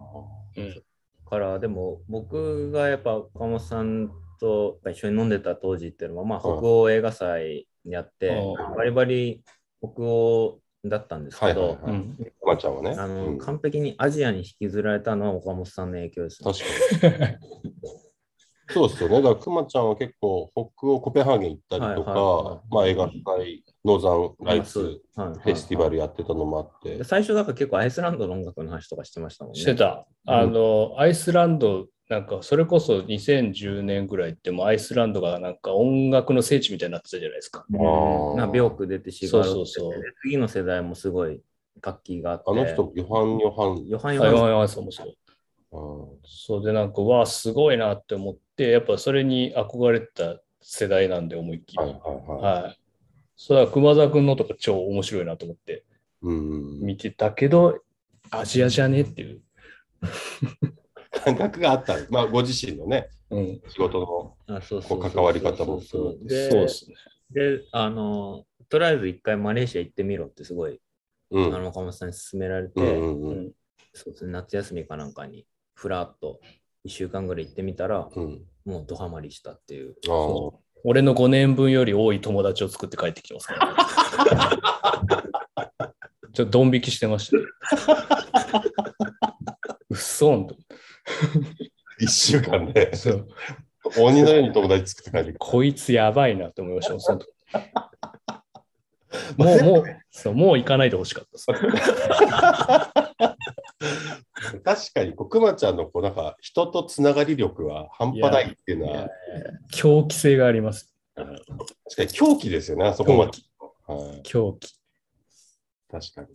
C: うん。
A: からでも僕がやっぱ岡本さんと一緒に飲んでた当時っていうのはまあ北
B: はい
A: 欧映画祭やって、
C: あ
A: バリバリ北欧だったんですけど、
B: はいはいはい
C: うん、
B: まちゃんはね。
A: あの
B: うん確か
A: 完璧にアジアに引きずられたのは岡本さんの影響です、ね
B: に。そうですよね。だから、くまちゃんは結構、北欧コペンハーゲン行ったりとか、
A: はいはいはい
B: まあ映画祭、ノーザンライツ
A: はいはいはい
B: フェスティバルやってたのもあって、
A: で最初だから結構アイスランドの音楽の話とかしてましたもんね。
C: してた。あの、アイスランド、なんか、それこそ2010年ぐらいって、もうアイスランドがなんか音楽の聖地みたいになってたじゃないですか。
A: うん。
B: あー
A: なビョーク出てシガーロック出て
C: そうそうそう
A: で次の世代もすごい活気があって。
B: あの人、ヨハン・ヨハン。
A: ヨハン・ヨ
C: 台
A: ハン
C: 湾はそうもそう。
B: うん
C: そうで、なんか、わあ、すごいなって思って、やっぱそれに憧れてた世代なんで、思いっきり。
B: はい
C: はい。
B: はいはい。
C: それは熊沢君のとか超面白いなと思って
B: うん、
C: 見てたけど、アジアじゃねっていう。
B: 感覚があったんです。まあ、ご自身のね、
C: うん。
B: 仕事の。
A: あそうそうそうそう
B: こう関わり方も
A: そうそう
C: そう
A: で
C: ですね。
A: で、あの、とりあえず一回マレーシア行ってみろってすごい、
B: う
A: あ
B: ん。
A: の岡本さんに勧められて、
B: うんうんうん
A: そうですね、夏休みかなんかに、ふらっと1週間ぐらい行ってみたら、
B: うん。
A: もうドハマりしたっていう。
B: ああ。
C: 俺の5年分より多い友達を作って帰ってきてます <laughs> から、ちょっとドン引きしてました、ね。うっそんと。
B: 一週間で、
C: そう
B: 鬼のように友達作って帰ってく
C: こいつやばいなと思いました、その時もう、もう、そう、もう行かないでほしかったです。
B: る。確かに、こうくまちゃんの、こう、なんか、人とつながり力は半端ないっていうの
C: いや
B: は、
C: 狂気性があります。
B: 確かに狂気ですよね、あそこまで。はい、
C: 狂気。
B: 確かに。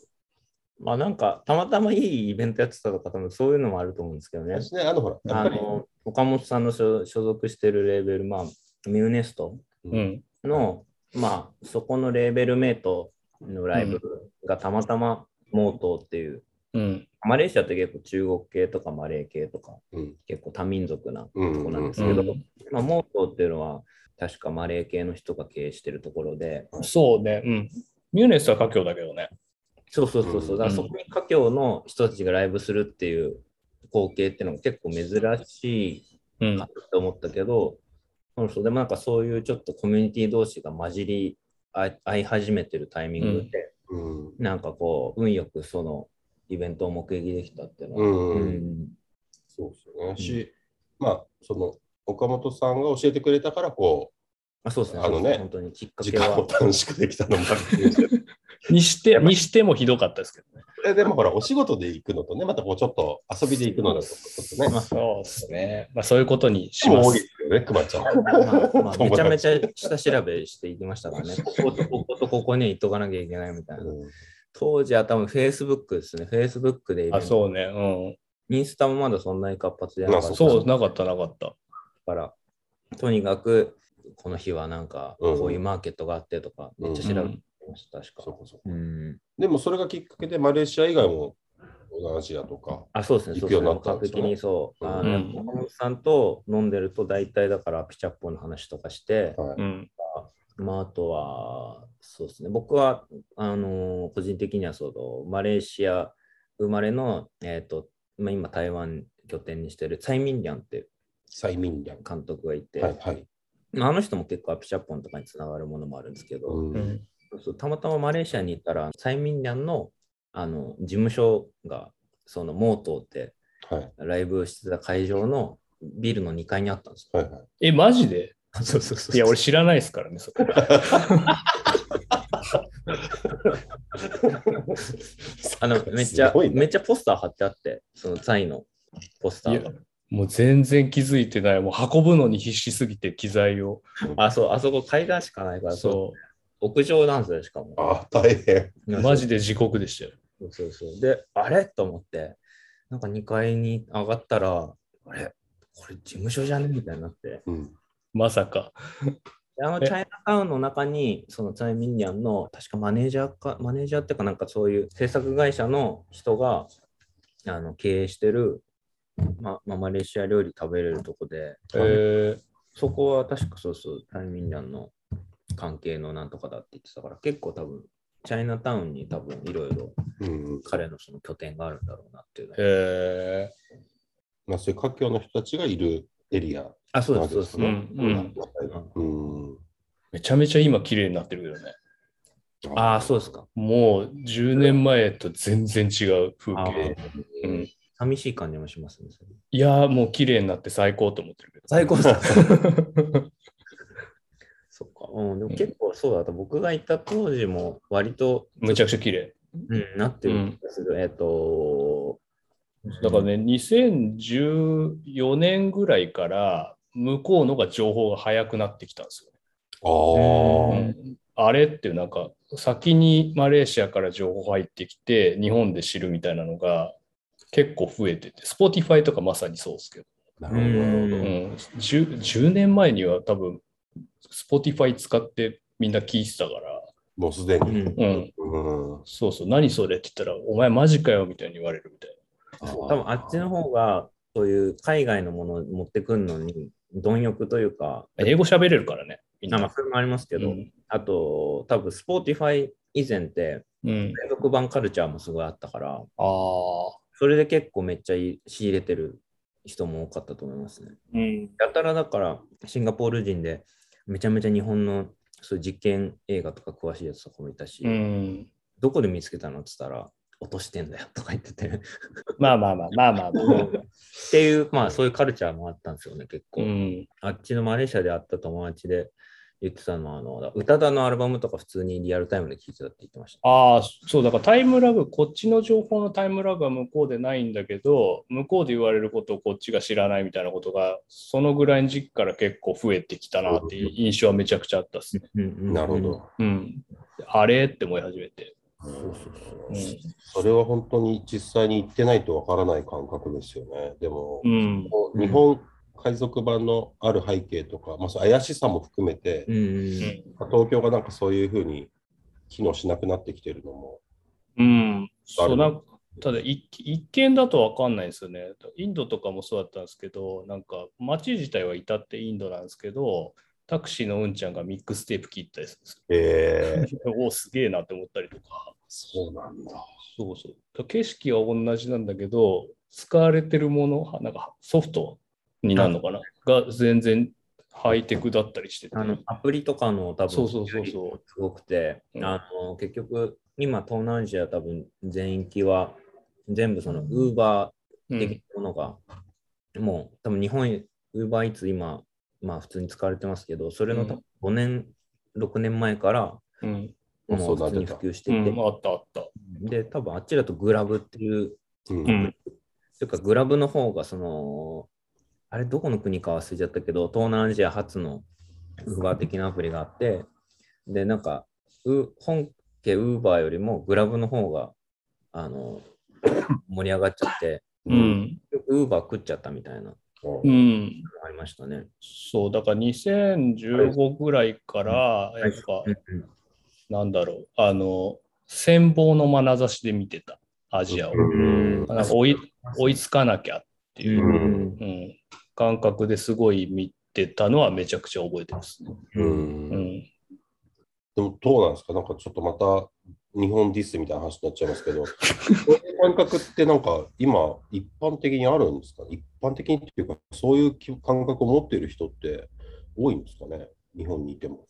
A: まあなんか、たまたまいいイベントやってたとか、多分そういうのもあると思うんですけどね。
B: 私ね、あの、ほら、やっ
A: あ
B: ぱり、
A: の、岡本さんの所所属してるレーベル、まあ、ミューネスト
C: う。ん。
A: の、まあ、そこのレーベルメイトのライブがたまたま、モートーっていう、
C: うん。
A: マレーシアって結構中国系とかマレー系とか、
B: うん。
A: 結構多民族なと
B: うん
A: こなんです
C: う
A: けど、
C: ん、
A: まあ、モートーっていうのは、確かマレー系の人が経営してるところで、
C: そうね。うん。ミューネスは華僑だけどね。
A: そうそうそうそう、
B: う
A: だ
B: ん
A: からそこに華僑の人たちがライブするっていう光景っていうのが結構珍し
C: う
A: い
C: ん
A: か。と思ったけど、そうそうでもなんかそういうちょっとコミュニティ同士が混じり合い合い始めてるタイミングで、
B: うん。
A: なんかこう、運よくそのイベントを目撃できたっていうの
B: う
A: は、
B: ん。うん
A: ん
B: そうですよね。し、まあ、その、岡本さんが教えてくれたから、こ
A: あそうですね、
B: あ
A: そ
B: のね
A: うです本当にきっ
B: う、
A: か
B: 時
A: け
B: 間を
A: は。
B: 短縮できたのもあるんですけど
C: にして、にしてもひどかったですけどね。
B: えでもほら、お仕事で行くのとね、またこう、ちょっと遊びで行くのだと、ちょっとね、
C: そうですね。まあ、そういうことにしま。
B: 多いですすよね、くまちゃん。
A: まあまあ、
B: <laughs>
A: め
B: 友達
A: ちゃめちゃ下調べしていきましたから
B: <laughs>
A: ね、こことこことここに行っとかなきゃいけないみたいな。
B: うん
A: 当時は多分 Facebook ですね、Facebook でイベン
C: あ、
A: ト
C: そうね。う
A: インスタもまだそんなに活発じゃなかっ
B: まあ
C: ん。
A: た
C: そ
A: か
C: う、なかった、なかった。
A: ら、とにかくこの日はなんか
B: うん
A: こういうマーケットがあってとか、めっちゃ調べてました、確
B: そう
A: か。
B: かそうか
A: うん、
B: でもそれがきっかけでマレーシア以外も東南アジアとか。
A: あ、そうですね、
B: 行
A: そう
B: く
A: です
B: ように
A: ね。
B: なったん
A: 本格
B: ですね
A: 的にそう。あ
C: う
A: の
C: ん
A: 岡本さんと飲んでると大体だからピチャッポの話とかして、
B: は
C: うん。
A: まあ、あとは、そうですね、僕は、あのー個人的にはその、マレーシア生まれの、えっ、と、まあ、今、台湾拠点にしてる、蔡明亮っていう
B: サイミンリャン。
A: 監督がいて、
B: はいはい。
A: まああの人も結構アピシャッポンとかにつながるものもあるんですけど、
B: う
C: うんん。
A: そうたまたまマレーシアに行ったら、蔡明亮のあの事務所が、その、モートーって
B: はい
A: ライブしてた会場のビルの2階にあったんです
B: はいはい。
C: え、マジ
A: よ。
C: で
A: <laughs> そうそうそう
C: いや、俺知らないですからね、そこ。
A: あの、めっちゃ
B: すごい、な
A: めっちゃポスター貼ってあって、そのサイのポスタ
C: い
A: ー
C: や
A: が。、
C: もう全然気づいてない。もう運ぶのに必死すぎて、機材を。
A: あ、そう、あそこ階段しかないから、そう。
C: そ
A: 屋上なんですよ、しかも。
B: ああ、大変。
C: う。マジ
A: で
C: で地獄でしたよ。
A: そうそうそう。で、あれと思って、なんか2階に上がったら、あれこれ事務所じゃねみたいになって。
B: うん。
C: まさか。
A: であのチ
C: え
A: ャイナタウンの中に、そのチャイミンニャンの、確かマネージャーか、マネージャーっていうかなんかそういう制作会社の人があの経営してる、ままあ、マレーシア料理食べれるとこで、
C: えー、
A: そこは確かそうそう、タイミンダンの関係のなんとかだって言ってたから、結構多分、チャイナタウンに多分いろいろ
B: うん。
A: 彼のその拠点があるんだろうなっていうのは。
C: え
B: まあ、そういう華僑の人たちがいるエリア。
A: あ、そうです、そうです。
C: ー、うん、うん。
B: うん。
C: めちゃめちゃ今綺麗になってるけどね。
A: ああ、そうですか。
C: もう10年前と全然違う風
A: あ
C: 景。
A: ー
C: うん
A: 寂しい感じもしますね。それ
C: いやー、もう綺麗になって最高と思ってるけど。
A: 最高です。
C: 高
A: <laughs> そっか。うん、でも結構そうだと、僕が行った当時も割と、
C: むちゃくちゃ綺麗。
A: うん、なってる気がする。えっ、と、
C: だからね、2014年ぐらいから、向こうのが情報が早くなってきたんですよ。
B: ああ。
C: うんあれっていうなんか先にマレーシアから情報入ってきて日本で知るみたいなのが結構増えてて Spotify とかまさにそうですけど、
B: なる
C: う
A: うん
C: ん、10, 10年前には多分 Spotify 使ってみんな聞いてたか
B: ほど。もうすで
A: う
B: に。
A: ん、
C: ら、うん、
B: うん。
C: そうそう何それって言ったらお前マジかよみたいに言われるみたい
A: 多分あっちの方が、そういう海外のものを持ってくるのに、貪欲というか、
C: な英語喋れるからねみん
A: あまあ、
C: な。
A: それもありますけど、
C: うん
A: あと、多分 Spotify 以前って、
C: うん。
A: 連続版カルチャーもすごいあったから、
C: ああ。
A: それで結構めっちゃい仕入れてる人も多かったと思いますね。
C: うん。
A: やたらだから、シンガポール人で、めちゃめちゃ日本のそういう実験映画とか詳しいやつとかもいたし、
C: うん。
A: どこで見つけたのって言ったら、落としてんだよとか言ってて。
C: まあまあまあまあまあまあ。
A: っていう、まあそういうカルチャーもあったんですよね、結構。
C: うん。
A: あっちのマレーシアで会った友達で言ってたのは、あの、宇多田のアルバムとか普通にリアルタイムで聴いてたって言ってました。
C: ああ、そう、だからタイムラグ、こっちの情報のタイムラグは向こうでないんだけど、向こうで言われることをこっちが知らないみたいなことが、そのぐらいの時期から結構増えてきたなっていう印象はめちゃくちゃあったっすね。
B: なるほ。ど。
C: うん。あれって思い始めて。
B: そうそう
C: う。
B: そうんそれは本当に実際に行ってないとわからない感覚ですよね。でも、
C: うん。
B: こう日本海賊版のある背景とか、まあ、そう怪しさも含めて
A: う、んうん
B: 東京がなんかそういうふうに機能しなくなってきてるのも、
C: うん。そ
B: あ
C: う
B: る
C: なんただ一、一見だと分かんないんですよね。インドとかもそうだったんですけど、なんか街自体は至ってインドなんですけど、タクシーのうんちゃんがミックステープ切ったりするんですよ
B: え
C: <laughs>
B: ー、
C: おお、すげえなって思ったりとか。
B: そうなんだ。
C: そうそう。景色は同じなんだけど、使われてるもの、はなんかソフトになるのかなが全然ハイテクだったりしてて。
A: あのアプリとかの多分
C: そうそうそうそう
A: すごくて、
C: うん
A: あの結局今東南アジア多分全域は全部そのウーバ
C: う
A: ー
C: ん
A: 的なものが、もう多分日本ウーバーイーツ今まあ普通に使われてますけどそれの多分5年、6年前から
C: うん
A: もう
B: そうだ
A: 普通に普及してて、
C: うんあったあった。
A: で多分あっちだとグラブっていう
B: うん
C: うん。
A: というかグラブの方がそのあれどこの国か忘れちゃったけど東南アジア初のウーバー的なアプリがあってでなんかう本家ウーバーよりもグラブの方があの盛り上がっちゃって
C: うん。
A: ウーバー食っちゃったみたいなの
C: うん。
A: ありましたね。
C: そう、だから2015ぐらいから、やっぱ、
A: うん
C: なんだろう、あの、羨望の眼差しで見てた、アジアを。
B: うん
C: なんか追い追いつかなきゃっていうう、
B: ん
C: うん、感覚ですごい見てたのはめちゃくちゃ覚えてますね。
B: うん
C: う
B: で
C: ん。
B: もどうなんですかなんかちょっとまた日本ディスみたいな話になっちゃいますけど、そういう感覚ってなんか今一般的にあるんですか一般的にっていうか、そういう気感覚を持っている人って多いんですかね日本にいても。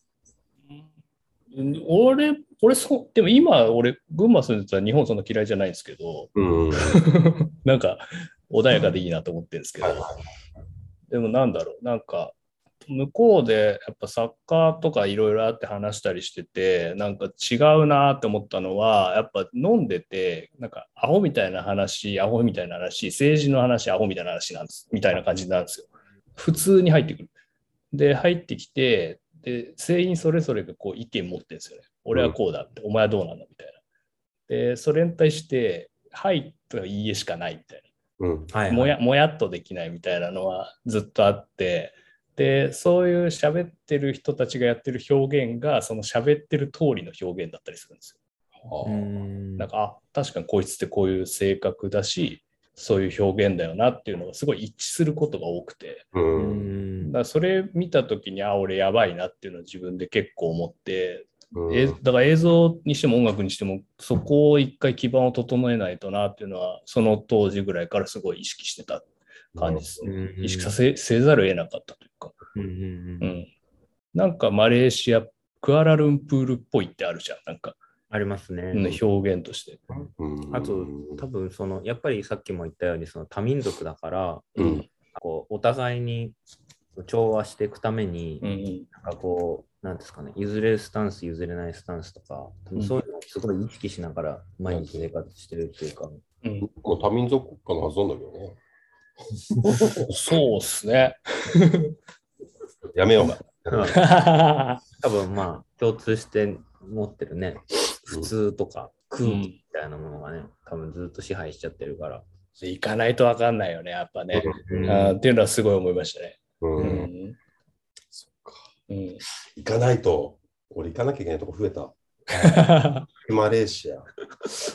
C: うん俺、俺そう、でも今、俺、群馬住んでたら日本そんな嫌いじゃないんですけど、
B: うん。は
C: なんか穏やかでいいなと思ってるんですけ
B: い
C: ど、
B: は
C: でもなんだろう、なんか、向こうでやっぱサッカーとかいろいろあって話したりしてて、なんか違うなって思ったのは、やっぱ飲んでて、なんかアホみたいな話、アホみたいな話、政治の話、アホみたいな話なんです、みたいな感じなんですよ。普通に入ってくる。で、入ってきて、で、全員それぞれがこう意見持ってるんですよね。俺はこうだって、お前はどうなんだみたいな。で、それに対して、はいとかいいえしかないみたいな。
B: い。うん。
A: はい
C: もやもやっとできないみたいなのはずっとあってでそういう喋ってる人たちがやってる表現がその喋ってる通りの表現だったりするんですよ。
A: うん
C: なんかあ確かにこいつってこういう性格だしそういう表現だよなっていうのがすごい一致することが多くて
B: う。
A: うん
C: だ
A: ん
C: からそれ見た時にあ俺やばいなっていうのは自分で結構思って
B: うん
C: えだから映像にしても音楽にしてもそこを一回基盤を整えないとなっていうのはその当時ぐらいからすごい意識してた感じですね。意識させせざるを得なかったというか、
A: うんうん
C: う
A: うん
C: ん、なんかマレーシアクアラルンプールっぽいってあるじゃんなんか、
A: ありますね。
C: うん表現として。
B: うん
A: あと多分そのやっぱりさっきも言ったようにその多民族だから、
B: うん
A: こうお互いに調和していくために、
C: うん
A: なんかこうなんですかね譲れるスタンス譲れないスタンスとか多分そういうのをすごい意識しながら毎日生活してるっていうか、
C: うん、
B: もう多民族国家のはずなんだけどね。
C: そうっすね。 <laughs>
B: やめよう。
A: 多分まあ共通して持ってるね普通とか空気みたいなものがね多分ずっと支配しちゃってるから、
C: 行かないと分かんないよねやっぱね。
A: うん
C: あーっていうのはすごい思いましたね。
B: う。
C: うんん
B: そっか。
C: うん、 <laughs>
B: 行かないと、俺行かなきゃいけないとこ増えた。マレーシア。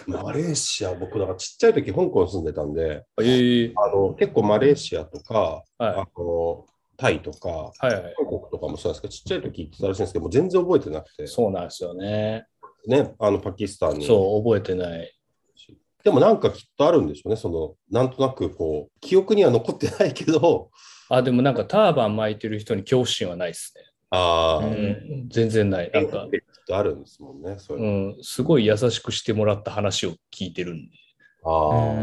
B: マレーシア、僕、だからちっちゃい時香港住んでたんで、
C: えー
B: あの結構マレーシアとか、
C: はい
B: あのタイとか、
C: はいはい。
B: 韓国とかもそうなんですけど、ちっちゃい時行ってたらしいんですけど、もう全然覚えてなくて、
C: そうなんですよね。
B: ね、あのパキスタンに。
C: そう、覚えてない。
B: でもなんかきっとあるんでしょうね、その、なんとなくこう、記憶には残ってないけど、
C: あ、でもなんかターバン巻いてる人に恐怖心はないです
B: ああ、
A: ん
C: ね。うん、全然ない。なんか
B: き、っとあるんですもんね、そういう
C: う
B: の。
C: ん、すごい優しくしてもらった話を聞いてるんで。
B: ああ、
C: う
A: うん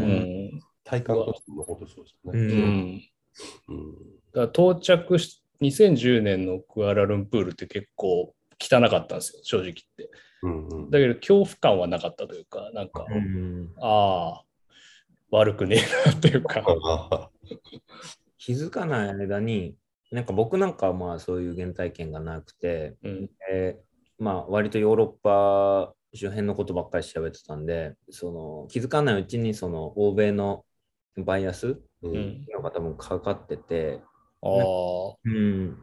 C: ん。
B: 体感としても本当そうですよね。
C: う
A: うん
C: ん。
B: うん
C: だから到着し、2010年のクアラルンプールって結構汚かったんですよ、正直言って。
B: うんうん
C: だけど恐怖感はなかったというか、なんか、
A: うん
C: ああ、悪くねえなというか。
B: あ
A: 気づかない間に、なんか僕なんかはまあそういう原体験がなくて、
C: うん。
A: えーまあ割とヨーロッパ周辺のことばっかり喋ってたんで、その気づかないうちにその欧米のバイアス
B: <laughs> ーう
C: うんん、
A: の方もかかってて、
C: ああ。
A: うん、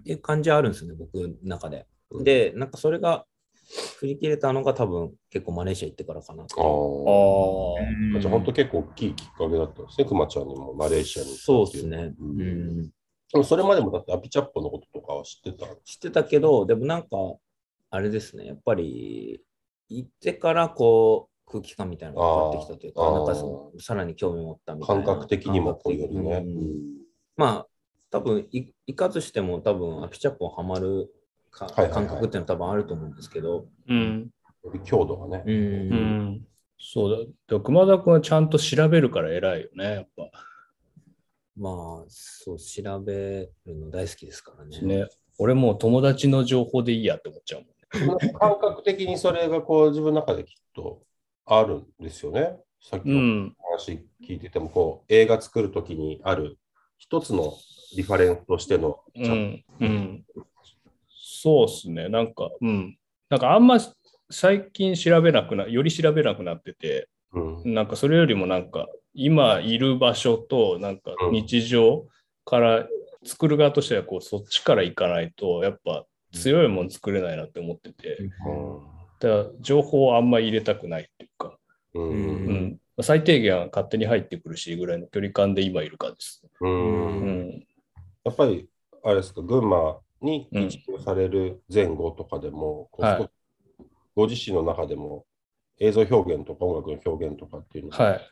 A: っていう感じはあるんですね、僕の中で。で、なんかそれが振り切れたのが多分結構マレーシア行ってからかな。
B: あー
C: ああ。
B: じゃあ本当結構大きいきっかけだったんですね、くまちゃんにもマレーシアに行ったってい
A: そうですね。
B: う
A: うんん
B: でもそれまでもだってアピチャッポのこととかは知ってた。
A: 知ってたけど、でもなんか、あれですね、やっぱり、行ってからこう、空気感みたいなのが変わってきたという
B: あ
A: か、
B: ー
A: なんかその、さらに興味持ったみたい
B: 感
A: な。
B: 覚的にもこうよりね。
A: 感覚的にうんまあ、多分い行かずしても、多分アピチャップをはまるか
B: はいはいはい
A: 感覚っていうのは多分あると思うんですけど、
C: うん。
B: より強度がね。
A: うん
C: うん。そうだ。で熊田君はちゃんと調べるから偉いよね、やっぱ。
A: まあ、そう、調べるの大好きですからね。
C: ね。俺もう友達の情報でいいやって思っちゃうもんね。
B: 感覚的にそれがこう自分の中できっとあるんですよね。さっき
C: う
B: の
C: ん。
B: 話聞いてても、こう映画作るときにある一つのリファレンスとしての
C: う、ん。うん。そうっすね。なんか、うん。なんかあんま最近調べなくな、より調べなくなってて、
B: うん
C: なんかそれよりもなんか今いる場所となんか日常から作る側としてはこうそっちから行かないとやっぱ強いもん作れないなって思ってて。だから情報をあんまり入れたくないっていうか、
B: うん
C: うん
A: うん
C: 最低限は勝手に入ってくるしぐらいの距離感で今いる感じです。
B: うん
C: う、
A: うん
B: やっぱり、あれですか、群馬に
C: うん
B: 移住される前後とかでも、こう
C: はい
B: 少しご自身の中でも映像表現とか音楽の表現とかっていうのは
C: はい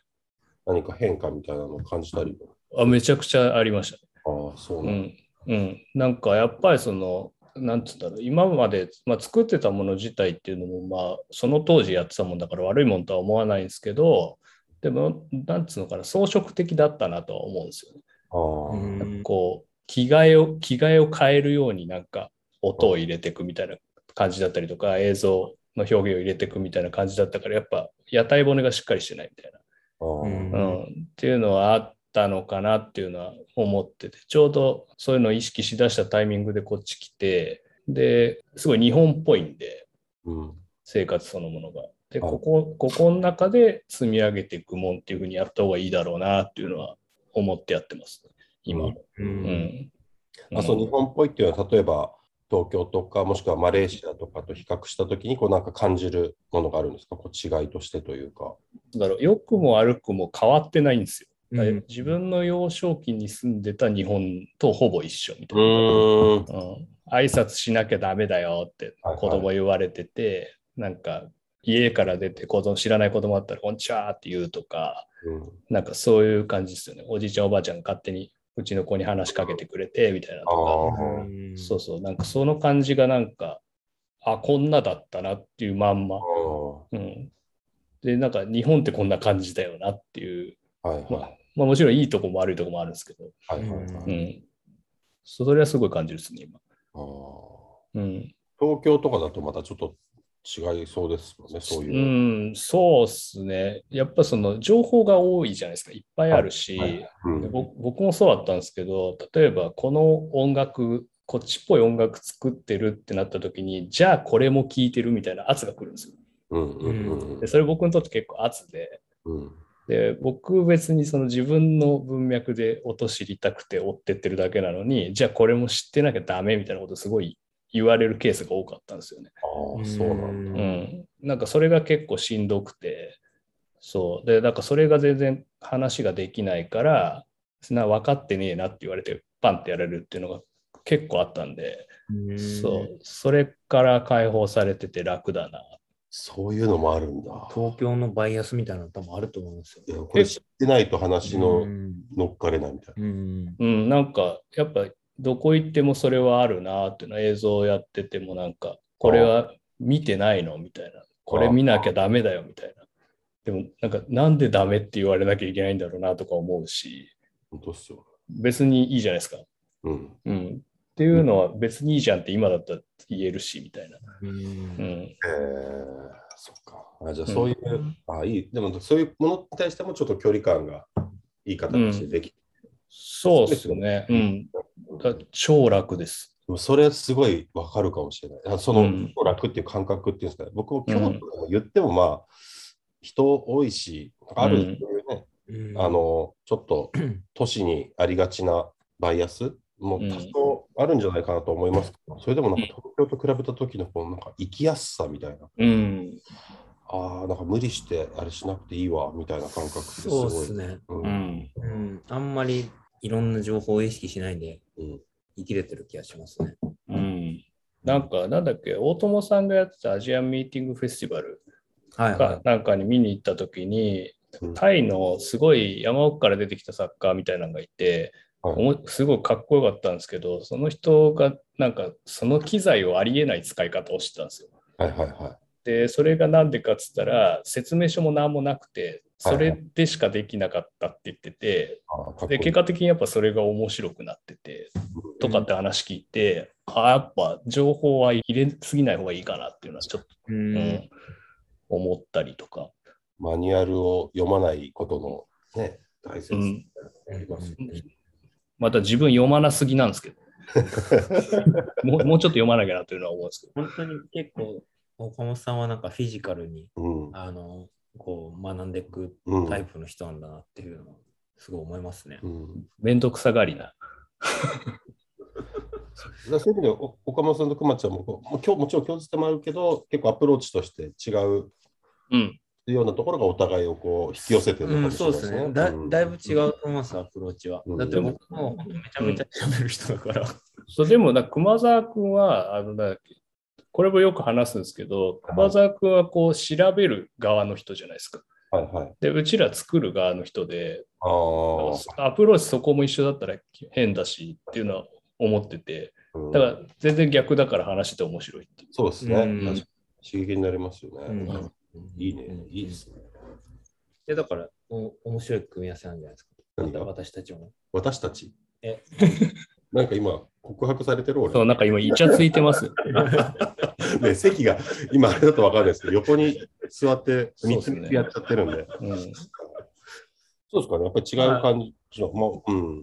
B: 何か変化みたいなのを感じたりも
C: あ。めちゃくちゃありましたね。
B: ああ、そう
C: う
B: なんだ
C: んうん、なんかやっぱりその、なんつうんだろう、今まで、まあ、作ってたもの自体っていうのも、まあ、その当時やってたもんだから悪いもんとは思わないんですけど、でも、なんつうのかな、装飾的だったなとは思うんですよね。
B: ああ
A: うん
C: こう着替えを着替えを変えるようになんか音を入れていくみたいな感じだったりとか映像の表現を入れていくみたいな感じだったからやっぱ屋台骨がしっかりしてないみたい
B: ああ
A: うん
C: な、うん、っていうのはあったのかなっていうのは思っててちょうどそういうのを意識しだしたタイミングでこっち来てですごい日本っぽいんで
B: うん
C: 生活そのものが。で
B: はい
C: ここここの中で積み上げていくもんっていうふうにやった方がいいだろうなっていうのは思ってやってます今も。
A: う
C: うんん
B: あそう日本っぽいっていうのは、例えば東京とか、もしくはマレーシアとかと比較したときに、こうなんか感じるものがあるんですか、こう違いとしてというか。
C: だろう良くも悪くも変わってないんですよ。だから
A: うん
C: 自分の幼少期に住んでた日本とほぼ一緒みたいな。
B: ん。
C: うん挨拶しなきゃダメだよって
B: はいはい
C: 子供言われてて、なんか家から出て子供知らない子供だったら「こんにちは」って言うとか、なんかそういう感じですよね。おじいちゃんおばあちゃんが勝手にうちの子に話しかけてくれてみたいな
B: あ
C: と
B: あ。
C: か、そうそう、なんかその感じがなんか、あ、こんなだったなっていうまんま。うん、でなんか日本ってこんな感じだよなっていう、
B: はい
C: ま
B: は
C: あまあ、もちろんいいとこも悪いとこもあるんですけど、
B: い。はいはいは
C: う
B: い
C: ん、それはすごい感じるですね今、
B: ああ。
C: うん
B: 東京とかだとまたちょっと違いそうですもんね、そういう。
C: うん、そうっすねやっぱその情報が多いじゃないですかいっぱいあるし、
B: はいうん
C: でぼ僕もそうだったんですけど例えばこの音楽こっちっぽい音楽作ってるってなった時にじゃあこれも聴いてるみたいな圧が来るんですよ
B: うんうんうん
C: でそれ僕にとって結構圧で
B: うん
C: で僕別にその自分の文脈で音知りたくて追ってってるだけなのにじゃあこれも知ってなきゃダメみたいなことすごい言われるケースが多かったんですよね。
B: ああ、そうなんだ。
C: う。ん、なんかそれが結構しんどくてそうでなんかそれが全然話ができないからそんな分かってねえなって言われてパンってやられるっていうのが結構あったんで、
A: うん
C: そう、それから解放されてて楽だな。
B: そういうのもあるんだ。
A: 東京のバイアスみたいなの多分あると思うんですよ
B: い。やこれ知ってないと話
A: う
B: の
A: ん
B: 乗っかれないみたい
A: うん
C: うん、なんかやっぱどこ行ってもそれはあるなっていうのは映像をやっててもなんかこれは見てないのみたいな。これ見なきゃダメだよみたいな。でもなんかなんでダメって言われなきゃいけないんだろうなとか思うし、
B: な。本当っすよ。
C: 別にいいじゃないですか。
B: うん。
C: うん。っていうのは別にいいじゃんって今だったら言えるしみたいな。
A: うん
C: うん。
B: えー、そっか。あじゃあそういう、あいい。でもそういうものに対してもちょっと距離感がいい形ででき、
C: そうですよね。うん。だ超楽です。
B: でもそれすごいわかるかもしれない。あその、
C: うん
B: 楽っていう感覚っていうんですかね。僕も
C: うん
B: 京都でも言ってもまあ、人多いし、ある、ね
A: うん
B: あの、ちょっと都市にありがちなバイアスも
C: うん
B: 多少あるんじゃないかなと思いますけど、それでもなんか東京と比べた時のこのなんか生きやすさみたいな、
C: うん。
B: ああ、なんか無理してあれしなくていいわみたいな感覚ってす
A: そう
B: ごい。
A: ですね、
B: うん
C: うん。
A: うん。あんまりいろんな情報を意識しないで
B: うん
A: 生きれてる気がしますね。
C: うん。なんか、なんだっけ、大友さんがやってたアジアンミーティングフェスティバル
A: はい
C: か
A: は
C: なんかに見に行った時に、
B: うん
C: タイのすごい山奥から出てきたサッカーみたいなのがいて、
B: はい
C: おもすごいかっこよかったんですけど、その人がなんかその機材をありえない使い方をしてたんですよ。
B: はいはいは
C: で、それがなんでかっつったら、説明書も何もなくて、そ
B: は
C: れでしかできなかったって言ってて、
B: い。
C: で、結
B: 果
C: 果的にやっぱそれが面白くなってて、とかって話聞いて、あやっぱ情報は入れすぎない方がいいかなっていうのはちょっと、
A: い。う
C: うん
A: ん
C: 思ったりとか、
B: マニュアルを読まないことのね、大切さ
C: うん
B: ありますね
C: また自分読まなすぎなんですけど、 <laughs> もうもうちょっと読まなきゃなというのは思うんですけど。
A: 本当に結構岡本さんはなんかフィジカルに
B: うん。
A: あのこう学んでいく
B: うん
A: タイプの人なんだなっていうのはすごい思いますね。
B: うん
C: めんどくさがりな。
B: だからそういう意味でお岡本さんと熊ちゃんもこうもう今日もちろん共通点もあるけど結構アプローチとして違う
C: うん。
B: ようなところがお互いをこう引き寄せてる
A: う
B: の
A: ん、
B: か
A: そうで
B: もしれ
A: す
B: ない
A: ねだ。だいぶ違う
B: う
A: と思います、アプローチは。
B: うん
A: だって僕も本当めちゃめちゃ喋る人だから。
C: そうでもな、熊沢君は、あのなんだっけこれもよく話すんですけど、熊沢君はこう調べる側の人じゃないですか。
B: ん。はいはい。
C: で、うちら作る側の人で、
B: ああ。
C: アプローチそこも一緒だったら変だしっていうのは思ってて、
B: うん
C: だから全然逆だから話してて面白いっていう。
B: そうですね。
A: うん
B: 確かに刺激になりますよね。
A: うん
B: いいね
A: うん。
B: いいですね。
A: いやだからお、面白い組み合わせなんじゃないですか。
B: 何
A: また
B: が
A: 私たちも。
B: 私たち。
A: え
B: <laughs> なんか今、告白されてる俺。
C: そう、なんか今、イチャついて
A: <laughs>
C: ます。
B: ね、席が今あれだとわかんないですけど、横に座って
C: そう
B: 3
C: です
B: つ
C: ね
B: 三つやっちゃってるんで。
C: うん、
B: そうですかね。やっぱり違う感じの。もう、うん。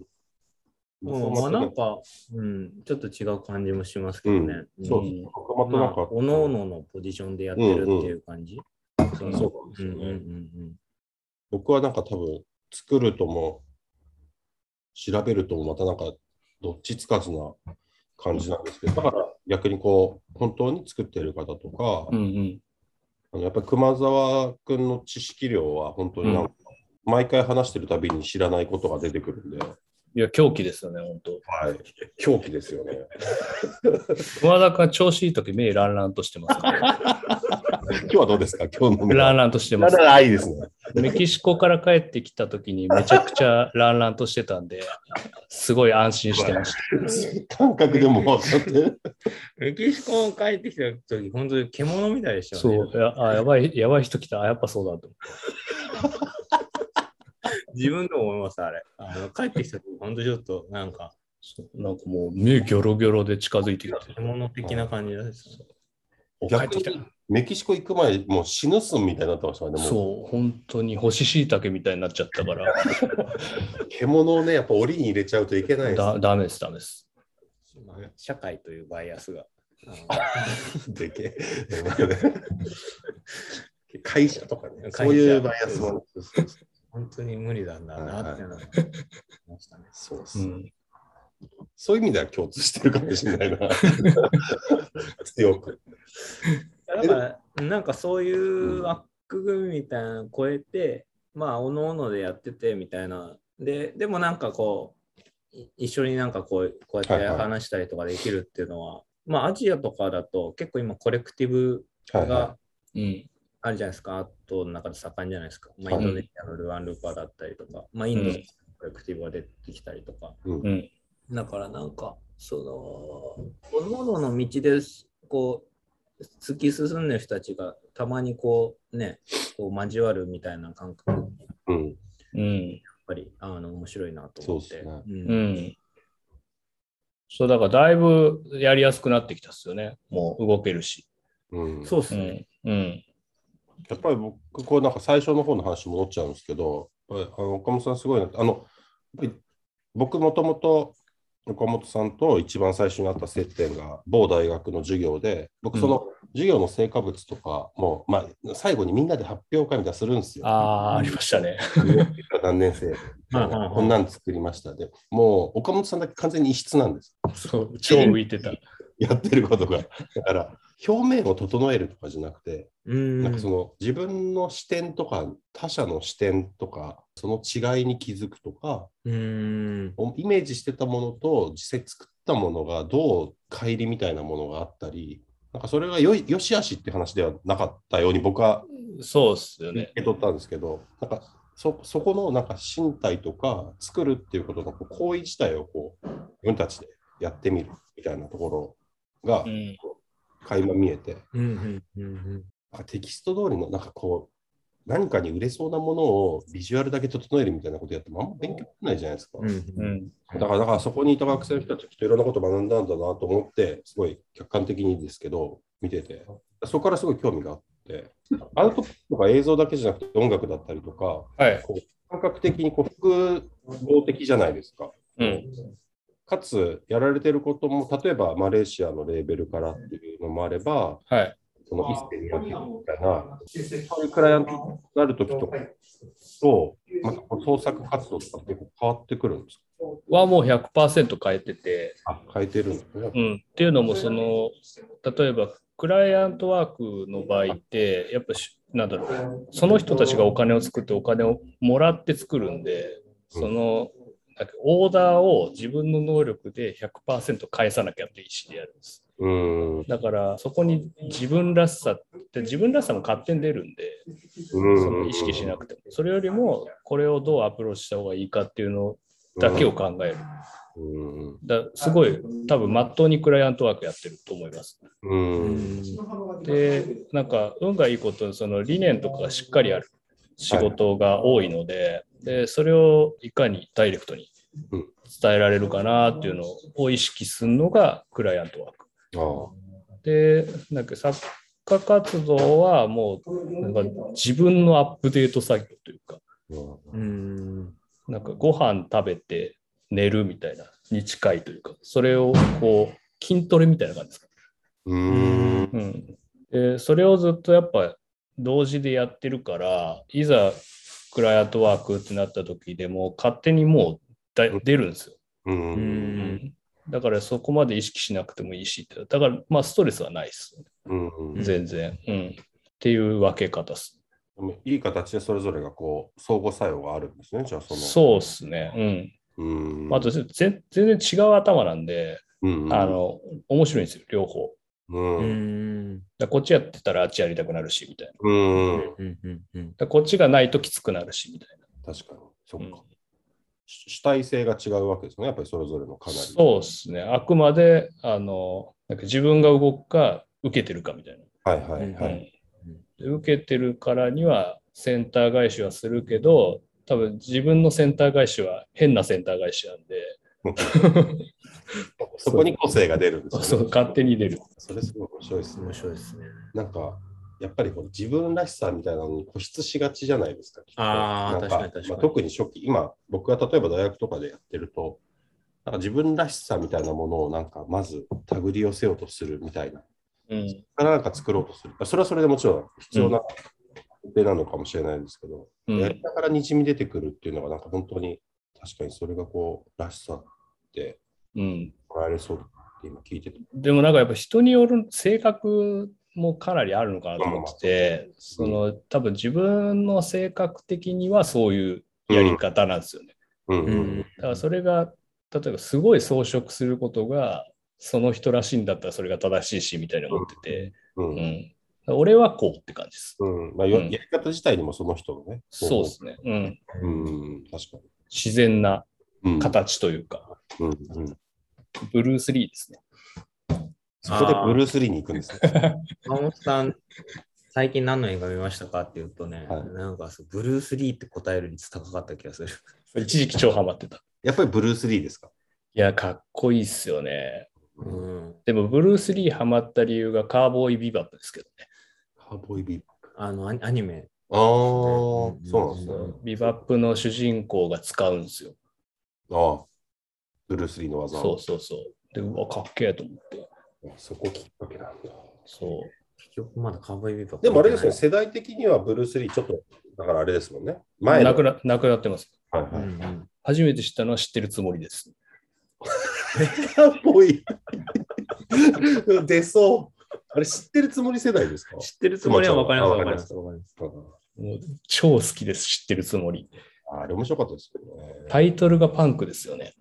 A: うん、まあなんか、うん、ちょっと違う感じもしますけどね。
B: そうそううんそう。岡本
A: ま
B: な
A: あ
B: んか。、
A: おのおののポジションでやってるっていう感じ。
B: そう
A: そ
B: なんです
A: うんう
B: よ
A: ん
B: ね。
A: うんうん。
B: 僕はなんか多分作るとも調べるともまたなんかどっちつかずな感じなんですけどだから逆にこう本当に作ってる方とか、
C: うん、うん。
B: あのやっぱり熊沢君の知識量は本当になんか、毎回話してるたびに知らないことが出てくるんで、
C: いや、狂気ですよね、本当。
B: はい、狂気ですよね。 <laughs>
C: 熊田君は調子いい時目ランランとしてます、
A: <laughs>
B: 今日はどうですか今日の
C: ランランとしてます。
B: あいいですね。
C: メキシコから帰ってきた時にめちゃくちゃランランとしてたんで、すごい安心してまし
B: <laughs>
C: た。
B: 感覚でもうちょっと
A: メキシコ帰ってきた時、本当に獣みたいでしたよね。
C: そう、やあやばい、やばい人来た、あやっぱそうだと思
A: 自分でも思います、あれ。あの帰ってきた時、本当ちょっとなんか、
C: う。なんかもう目ギョロギョロで近づいてきて。
A: <laughs> 獣的な感じです、ね。
C: お帰っ
B: 逆
C: てきた。
B: にメキシコ行く前もう死ぬすんみたいになってましたね。もう
C: そう、本当に干し椎茸みたいになっちゃったから、
B: 獣をね、やっぱ檻に入れちゃうといけないですね
C: だダメです、ダメです。
A: 社会というバイアスが。
B: でけえ会社とか
A: 会、
B: ね
A: 社
B: そういうバイアスも。
A: 本当に無理なんだなっていうのは思いましたね。
B: そうです
C: うん、
B: そういう意味では共通してるかもしれないな。
C: <laughs>
B: 強く。
A: だから、なんかそういう枠組みみたいなのを超えて、まあ、おのおのでやっててみたいな。で、でもなんかこう、い一緒になんかこうこうやっ
B: はい
A: て
B: はい
A: 話したりとかできるっていうのは、まあアジアとかだと結構今コレクティブ
B: はいは
A: が
C: うん。
A: あるじゃないですか、アートの中で盛んじゃないですか。まあ、イ
B: はい
A: ンドネシアのルアン・ルーパーだったりとか、まあ、インドのコレクティブが出てきたりとか。
B: い。うん
C: うん。
A: だからなんか、その、各々の道で、こう、突き進んでる人たちがたまにこうね、こう交わるみたいな感覚、やっ
B: うん。
C: うん。
A: ぱり、あの、面白いなと思って。
B: そうっすね
A: うん
C: うん。そう、だからだいぶやりやすくなってきたっすよね。もう動けるし。
B: うん、
A: そうです
C: う
A: ね。
C: ん。うん。
B: やっぱり僕、これなんか最初の方の話戻っちゃうんですけど、やっぱりあの岡本さんすごいなってあの、やっぱり僕もともと岡本さんと一番最初にあった接点が某大学の授業で、僕その授業の成果物とかも、まあ最後にみんなで発表会みたいなのするんですよ。
C: ああー、ありました <laughs> ね。
B: 何年生
A: はいはいはい
B: こんなん作りましたで、もう岡本さんだけ完全に異質なんです。
C: そう、超浮いてた。
B: やってることが。だから表面を整えるとかじゃなくて、
A: うん。
B: なんかその自分の視点とか他者の視点とかその違いに気づくとか
A: うん。
B: おイメージしてたものと実際作ったものがどう乖離みたいなものがあったりなんかそれがよいよしあしって話ではなかったように僕は
C: そうっすよ
B: 受
C: ね。
B: け取ったんですけどなんかそそこのなんか身体とか作るっていうことのこう行為自体をこう自分たちでやってみるみたいなところが
C: うん。
B: 垣間見えて。
A: うん。うん。うん。
B: なんかテキスト通りの、なんかこう、何かに売れそうなものをビジュアルだけ整えるみたいなことやってもあんま勉強にならないじゃないですか。
A: うん。う。
C: うんん。
B: だから、だからそこにいた学生の人たちはきっといろんなこと学んだんだなと思って、すごい客観的にですけど、見てて、そこからすごい興味があって、アウトプットが映像だけじゃなくて音楽だったりとか、
C: はい。
B: 感覚的にこう複合的じゃないですか。
C: うん。
B: かつ、やられてることも、例えばマレーシアのレーベルからっていうのもあれば、
C: はい。
B: その一世にやっていくみたいな、そういうクライアントになるときとかと、またこう創作活動とかって結構変わってくるんです
C: はもう100%変えてて、
B: か変えてるんですね。
C: うん、っていうのもその例えばクライアントワークの場合ってやっぱしなんだろうその人たちがお金を作ってお金をもらって作るんでそのなんかオーダーを自分の能力で100%返さなきゃって意思でやるんです
B: うん。
C: だからそこに自分らしさって自分らしさも勝手に出るんでその意識しなくてもそれよりもこれをどうアプローチした方がいいかっていうのだけを考える
B: うん。
C: だすごい多分まっとうにクライアントワークやってると思います
B: うん。
C: でなんか運がいいことにその理念とかがしっかりある仕事が多いので,、でそれをいかにダイレクトに
B: うん
C: 伝えられるかなっていうのを意識するのがクライアントワーク。
B: ああ。
C: でなんか作家活動はもうなんか自分のアップデート作業というか
B: うん
A: うん。
C: なんかご飯食べて寝るみたいなに近いというかそれをこう筋トレみたいな感じですか
B: うん。
C: うん、でそれをずっとやっぱ同時でやってるからいざクライアントワークってなった時でも勝手にもうだ出るんですよ、
B: う。
A: うんん。
C: だからそこまで意識しなくてもいいしってだからまあストレスはないですよね
B: うん。
C: 全然、うんっていう分け方です
B: いい形でそれぞれがこう、相互作用があるんですね、じゃあその。
C: そうっすね
B: う。。
C: うんんあとぜ全然違う頭なんで、
B: うん、
C: あ、の面白いんですよ両方
B: うん。
A: う
B: うん。
A: ん。
C: だからこっちやってたらあっちやりたくなるしみたいなだか
B: うん。
A: うん。うん。
C: らこっちがないときつくなるしみたいな
B: 確かに。そっ
C: うん
B: か。し主体性が違うわけですね、やっぱりそれぞれのかなり。
C: そうですね。あくまで、あの、なんか自分が動くか、受けてるかみたい
B: はいはい
C: な。
B: はい。
C: うんで受けてるからには、センター返しはするけど、多分自分のセンター返しは変なセンター返しなんで、
B: <laughs> そこに個性が出るんです
C: そ
B: よ、
C: う
B: ね。
C: 勝手に出る。
B: それすごい面白いですね
A: 面。白いですね。
B: なんか、やっぱりこう自分らしさみたいなのに固執しがちじゃないですか。きっと
A: あー
B: なん
A: 確かに確かに
B: まあ特に初期、今、僕が例えば大学とかでやってると、なんか自分らしさみたいなものをなんかまず手繰り寄せようとするみたいな。
C: うん。
B: からなんか作ろうとする。それはそれでもちろん必要な工程なのかもしれないんですけど、
C: うん
B: やりながらにじみ出てくるっていうのがなんか本当に確かにそれがこう、らしさって
C: うん。
B: もらえそうって今聞いてて。
C: でもなんかやっぱ人による性格もかなりあるのかなと思ってて、その多分自分の性格的にはそういうやり方なんですよね。
B: うん
A: う
B: うん
A: ん。
C: だからそれが例えばすごい装飾することがその人らしいんだったらそれが正しいしみたいに思ってて、
B: う。
C: うんん、俺はこうって感じです。
B: うん。まあ、よ
C: うん
B: やり方自体にもその人のね。
C: そうですね、うん。
B: うん。確か
C: 自然な
B: に。うん。
C: 形というか、
B: うんうん。
C: ブルース・リーですね。
B: そこでブルース・リーに行くんですね。
A: 岡本さん、最近何の映画見ましたかって言うとね、
B: はい
A: なんかそうブルース・リーって答える率高かった気が
B: <laughs>
A: する。
C: 一時期超ハマってた。
B: やっぱりブルース・リーですか。
C: いや、かっこいいっすよね。
A: うん、
C: でも、ブルース・リーハマった理由がカーボーイ・ビバップですけどね。
B: カーボーイ・ビーバップ。
A: あのアニアニメ。
B: ああ、そうなんですね。
A: うん
C: ビバップの主人公が使うんですよ。
B: ああ、ブルース・リーの技。
C: そうそうそう。で、うわ、かっけえと思って。
B: そこきっかけなんだ。
C: そう。
A: 結局まだカーボーイビーバー
B: でもあれですね、世代的にはブルース・リーちょっと、だからあれですもんね。前の
C: なくななくなってます。
B: はい
A: うん
B: は
A: う
B: い。
A: ん
C: 初めて知ったのは知ってるつもりです。
B: カーボーイ。 <laughs> 出そう。あれ知ってるつもり世代ですか
A: 知ってるつもりは分かります、
B: あ
A: 分
B: わ
A: かりま、
B: かりますす
A: 分かります。
C: もう超好きです、知ってるつもり。
B: あれ面白かったですけどね。
C: タイトルがパンクですよね。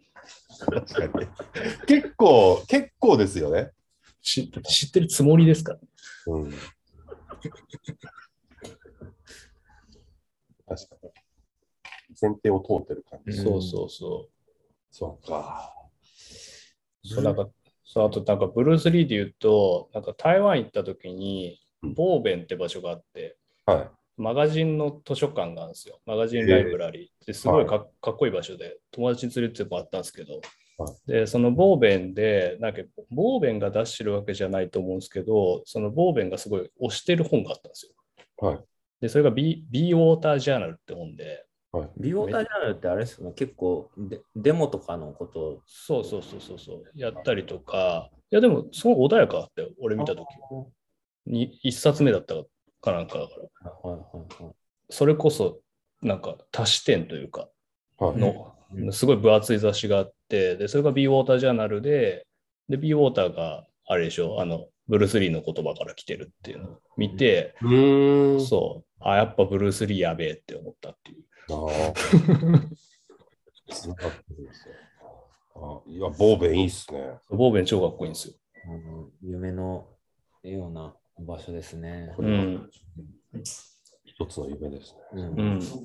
B: 確かに。 <laughs> 結構、結構ですよね。
C: 知知ってるつもりですか
B: うん。確かに。先手を通ってる感じ。
A: うん
C: そうそうそ
B: そうか。
C: う。そうなんかそうあとなんかブルース・リーで言うと、なんか台湾行った時に、
B: うん
C: ボーベンって場所があって、
B: はい。
C: マガジンの図書館があるんですよ。マガジンライブラリー。ですごいか,、かっこいい場所で、友達に連れてってもらったんですけど、
B: はい
C: で、そのボーベンで、なんか、ボーベンが出してるわけじゃないと思うんですけど、そのボーベンがすごい推してる本があったんですよ。
B: はい
C: で、それが B, B ウォータージャーナルって本で、
A: ビオタジャーナルってあれですよね、結構デデモとかのことを。
C: そうそうそうそうそう、やったりとか、いや、でも、その穏やかだったよ、俺見たとき。に一冊目だったかなんかだから、
A: はいはいはい。
C: それこそ、なんか、多視点というか、
B: はい。
C: の
A: うん
C: すごい分厚い雑誌があって、で、それが B ウォータージャーナルで、で、B ウォーターがあれでしょ、あの、ブルース・リーの言葉から来てるっていうのを見て、
B: うーん。
C: そう、あ、やっぱブルース・リーやべえって思ったっていう。
B: ああ。すごかったですよ。あいや、ボーベンいいっすね。
C: ボーベン超かっこいいんですよ。
A: あの夢のような場所ですね。
B: こ
C: う
B: れは
C: ん。
B: 一つの夢ですね。
A: うん
C: うん。そ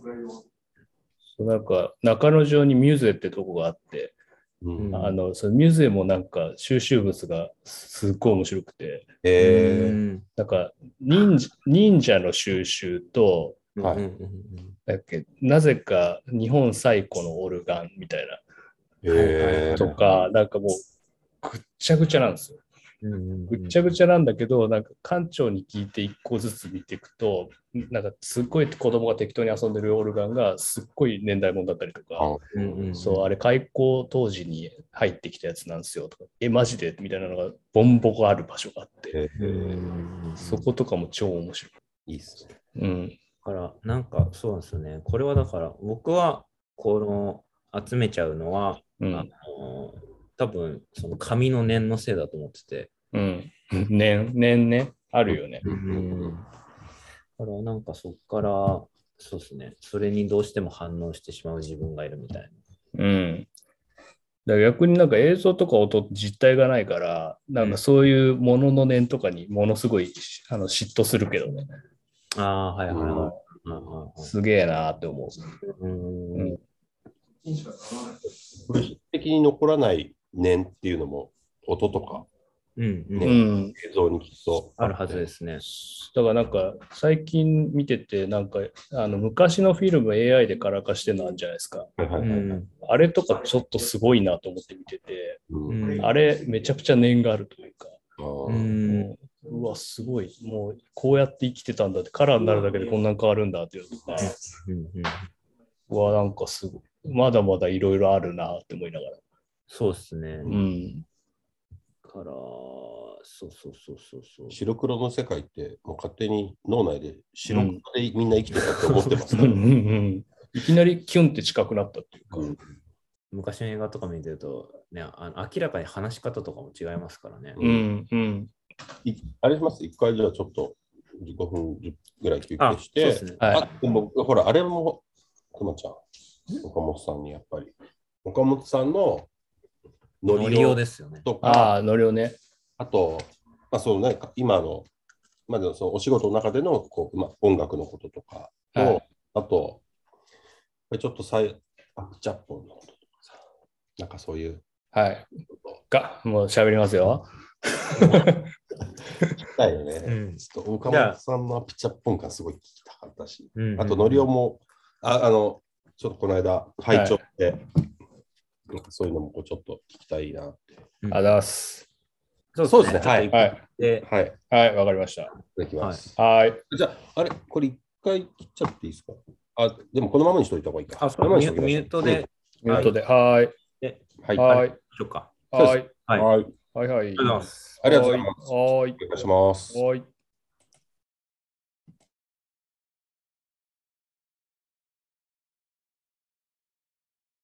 C: うなんか、中野城にミューゼってとこがあって、
B: うん
A: うん
C: あの、そのミューゼもなんか収集物がすっごい面白く
A: う
C: て、
B: え
A: ん
C: なんか忍
A: <laughs>
C: 者、忍者の収集と、
B: はい
A: うんうん
C: だっけなぜか日本最古のオルガンみたい
B: ー、え
C: な
B: ー
C: とか、なんかもうぐっちゃぐちゃなんですよ。
A: うんうんうん
C: ぐっちゃぐちゃなんだけど、なんか館長に聞いて一個ずつ見ていくと、なんかすっごい子供が適当に遊んでるオルガンがすっごい年代物だったりとか、
A: うんうん
C: そう、あれ開校当時に入ってきたやつなんですよとか、え、マジでみたいなのがボンボコある場所があって、
B: え
A: うんうん
B: ー、
A: うん
C: そことかも超面白い。
B: いいっすね。
C: うん。
A: だから、なんかそうですよね。これはだから、僕はこの集めちゃうのは、
C: うん。
A: あの多分その紙の念のせいだと思ってて。
C: うん。年、年ね。あるよね。
A: だから、なんかそこから、そうですね。それにどうしても反応してしまう自分がいるみたい
C: うん。だから逆になんか映像とか音実体がないから、なんかそういうものの念とかにものすごいあの嫉妬するけどね、
A: な。ああー、はいはいはい
B: うん
A: はいはいはい。
C: すげえなーって思
A: うん
C: うん
B: 物質的に残らない念っていうのも、音とか
A: うん
C: う。
A: う。
C: うんん。
B: 映像にきっと
A: あるはずですね。
C: だからなんか最近見てて、なんかあの昔のフィルム AI でカラー化してるのあるじゃないですか。
B: はいは
A: う
B: いはい。
A: ん。
C: あれとかちょっとすごいなと思って見てて、
B: うん
A: うん
C: あれめちゃくちゃ念があるというか、
B: あー
A: うん。
C: うわ、すごい、もうこうやって生きてたんだって、カラーになるだけでこんなん変わるんだっていうのとか。
A: うん
C: はなんかすごい。まだまだいろいろあるなって思いながら。
A: そうですね。だ
C: ん。
A: から、そうそうそうそうそう。
B: 白黒の世界って、もう勝手に脳内で白黒でみんな生きてたと思ってます
C: うん
B: か
C: うん
B: ら。
C: うん。いきなりキュンって近くなったっていうか。
B: うん
A: 昔の映画とか見てると、ね、あの明らかに話し方とかも違いますからね。
C: うんうん。
B: いあれします、一回じゃあちょっと5分10ぐらい休
A: あ、そ
B: 憩
A: う
B: して、
A: ですね。
C: はい
B: あでもほら、あれも、くまちゃん、岡本さんにやっぱり、岡本さんのノ
A: ノ
B: リ
A: リオ
B: オ
A: ですよね。
B: と
C: あ
B: か、
C: あ、のりをね。
B: あと、まあ、そのなんか今の、まあ、でもそのお仕事の中でのこう、まあ、音楽のこととかの、
C: は
B: あと、ちょっとさいアクチャッポンのこととかさ、なんかそういう、
C: はい。が、もう喋りますよ。
B: だよね。
A: うん
B: ちょっと岡本さんのアクチャッポン感すごい聞きたかったし、
A: うん
B: あと、ノリオも、ああの、ちょっとこの間、拝聴って、なんかそういうのもこうちょっと聞きたいな。
C: あざます。
A: そうですね。
B: はい
A: ちょっと
C: はい。
A: で
B: はい、い
C: はい、わかりました。
B: ただきます。
C: はい。
B: じゃあ、あれ、これ一回切っちゃっていいですかあ、でもこのままにしといた方がいいか。
A: あ、そ
B: このま
A: う
B: ま
A: ミ
B: にし
A: ュ
B: ときましょ
A: ミュートで、
C: ミュートで。はい。
B: うんはい。
C: は
B: はいい。
A: しょうか。
C: はい。
A: はい。あり
B: はい。
C: はい。はい。
A: がとうございます。
B: ありがとうございます。
C: はい
B: お。願いします。
C: はい。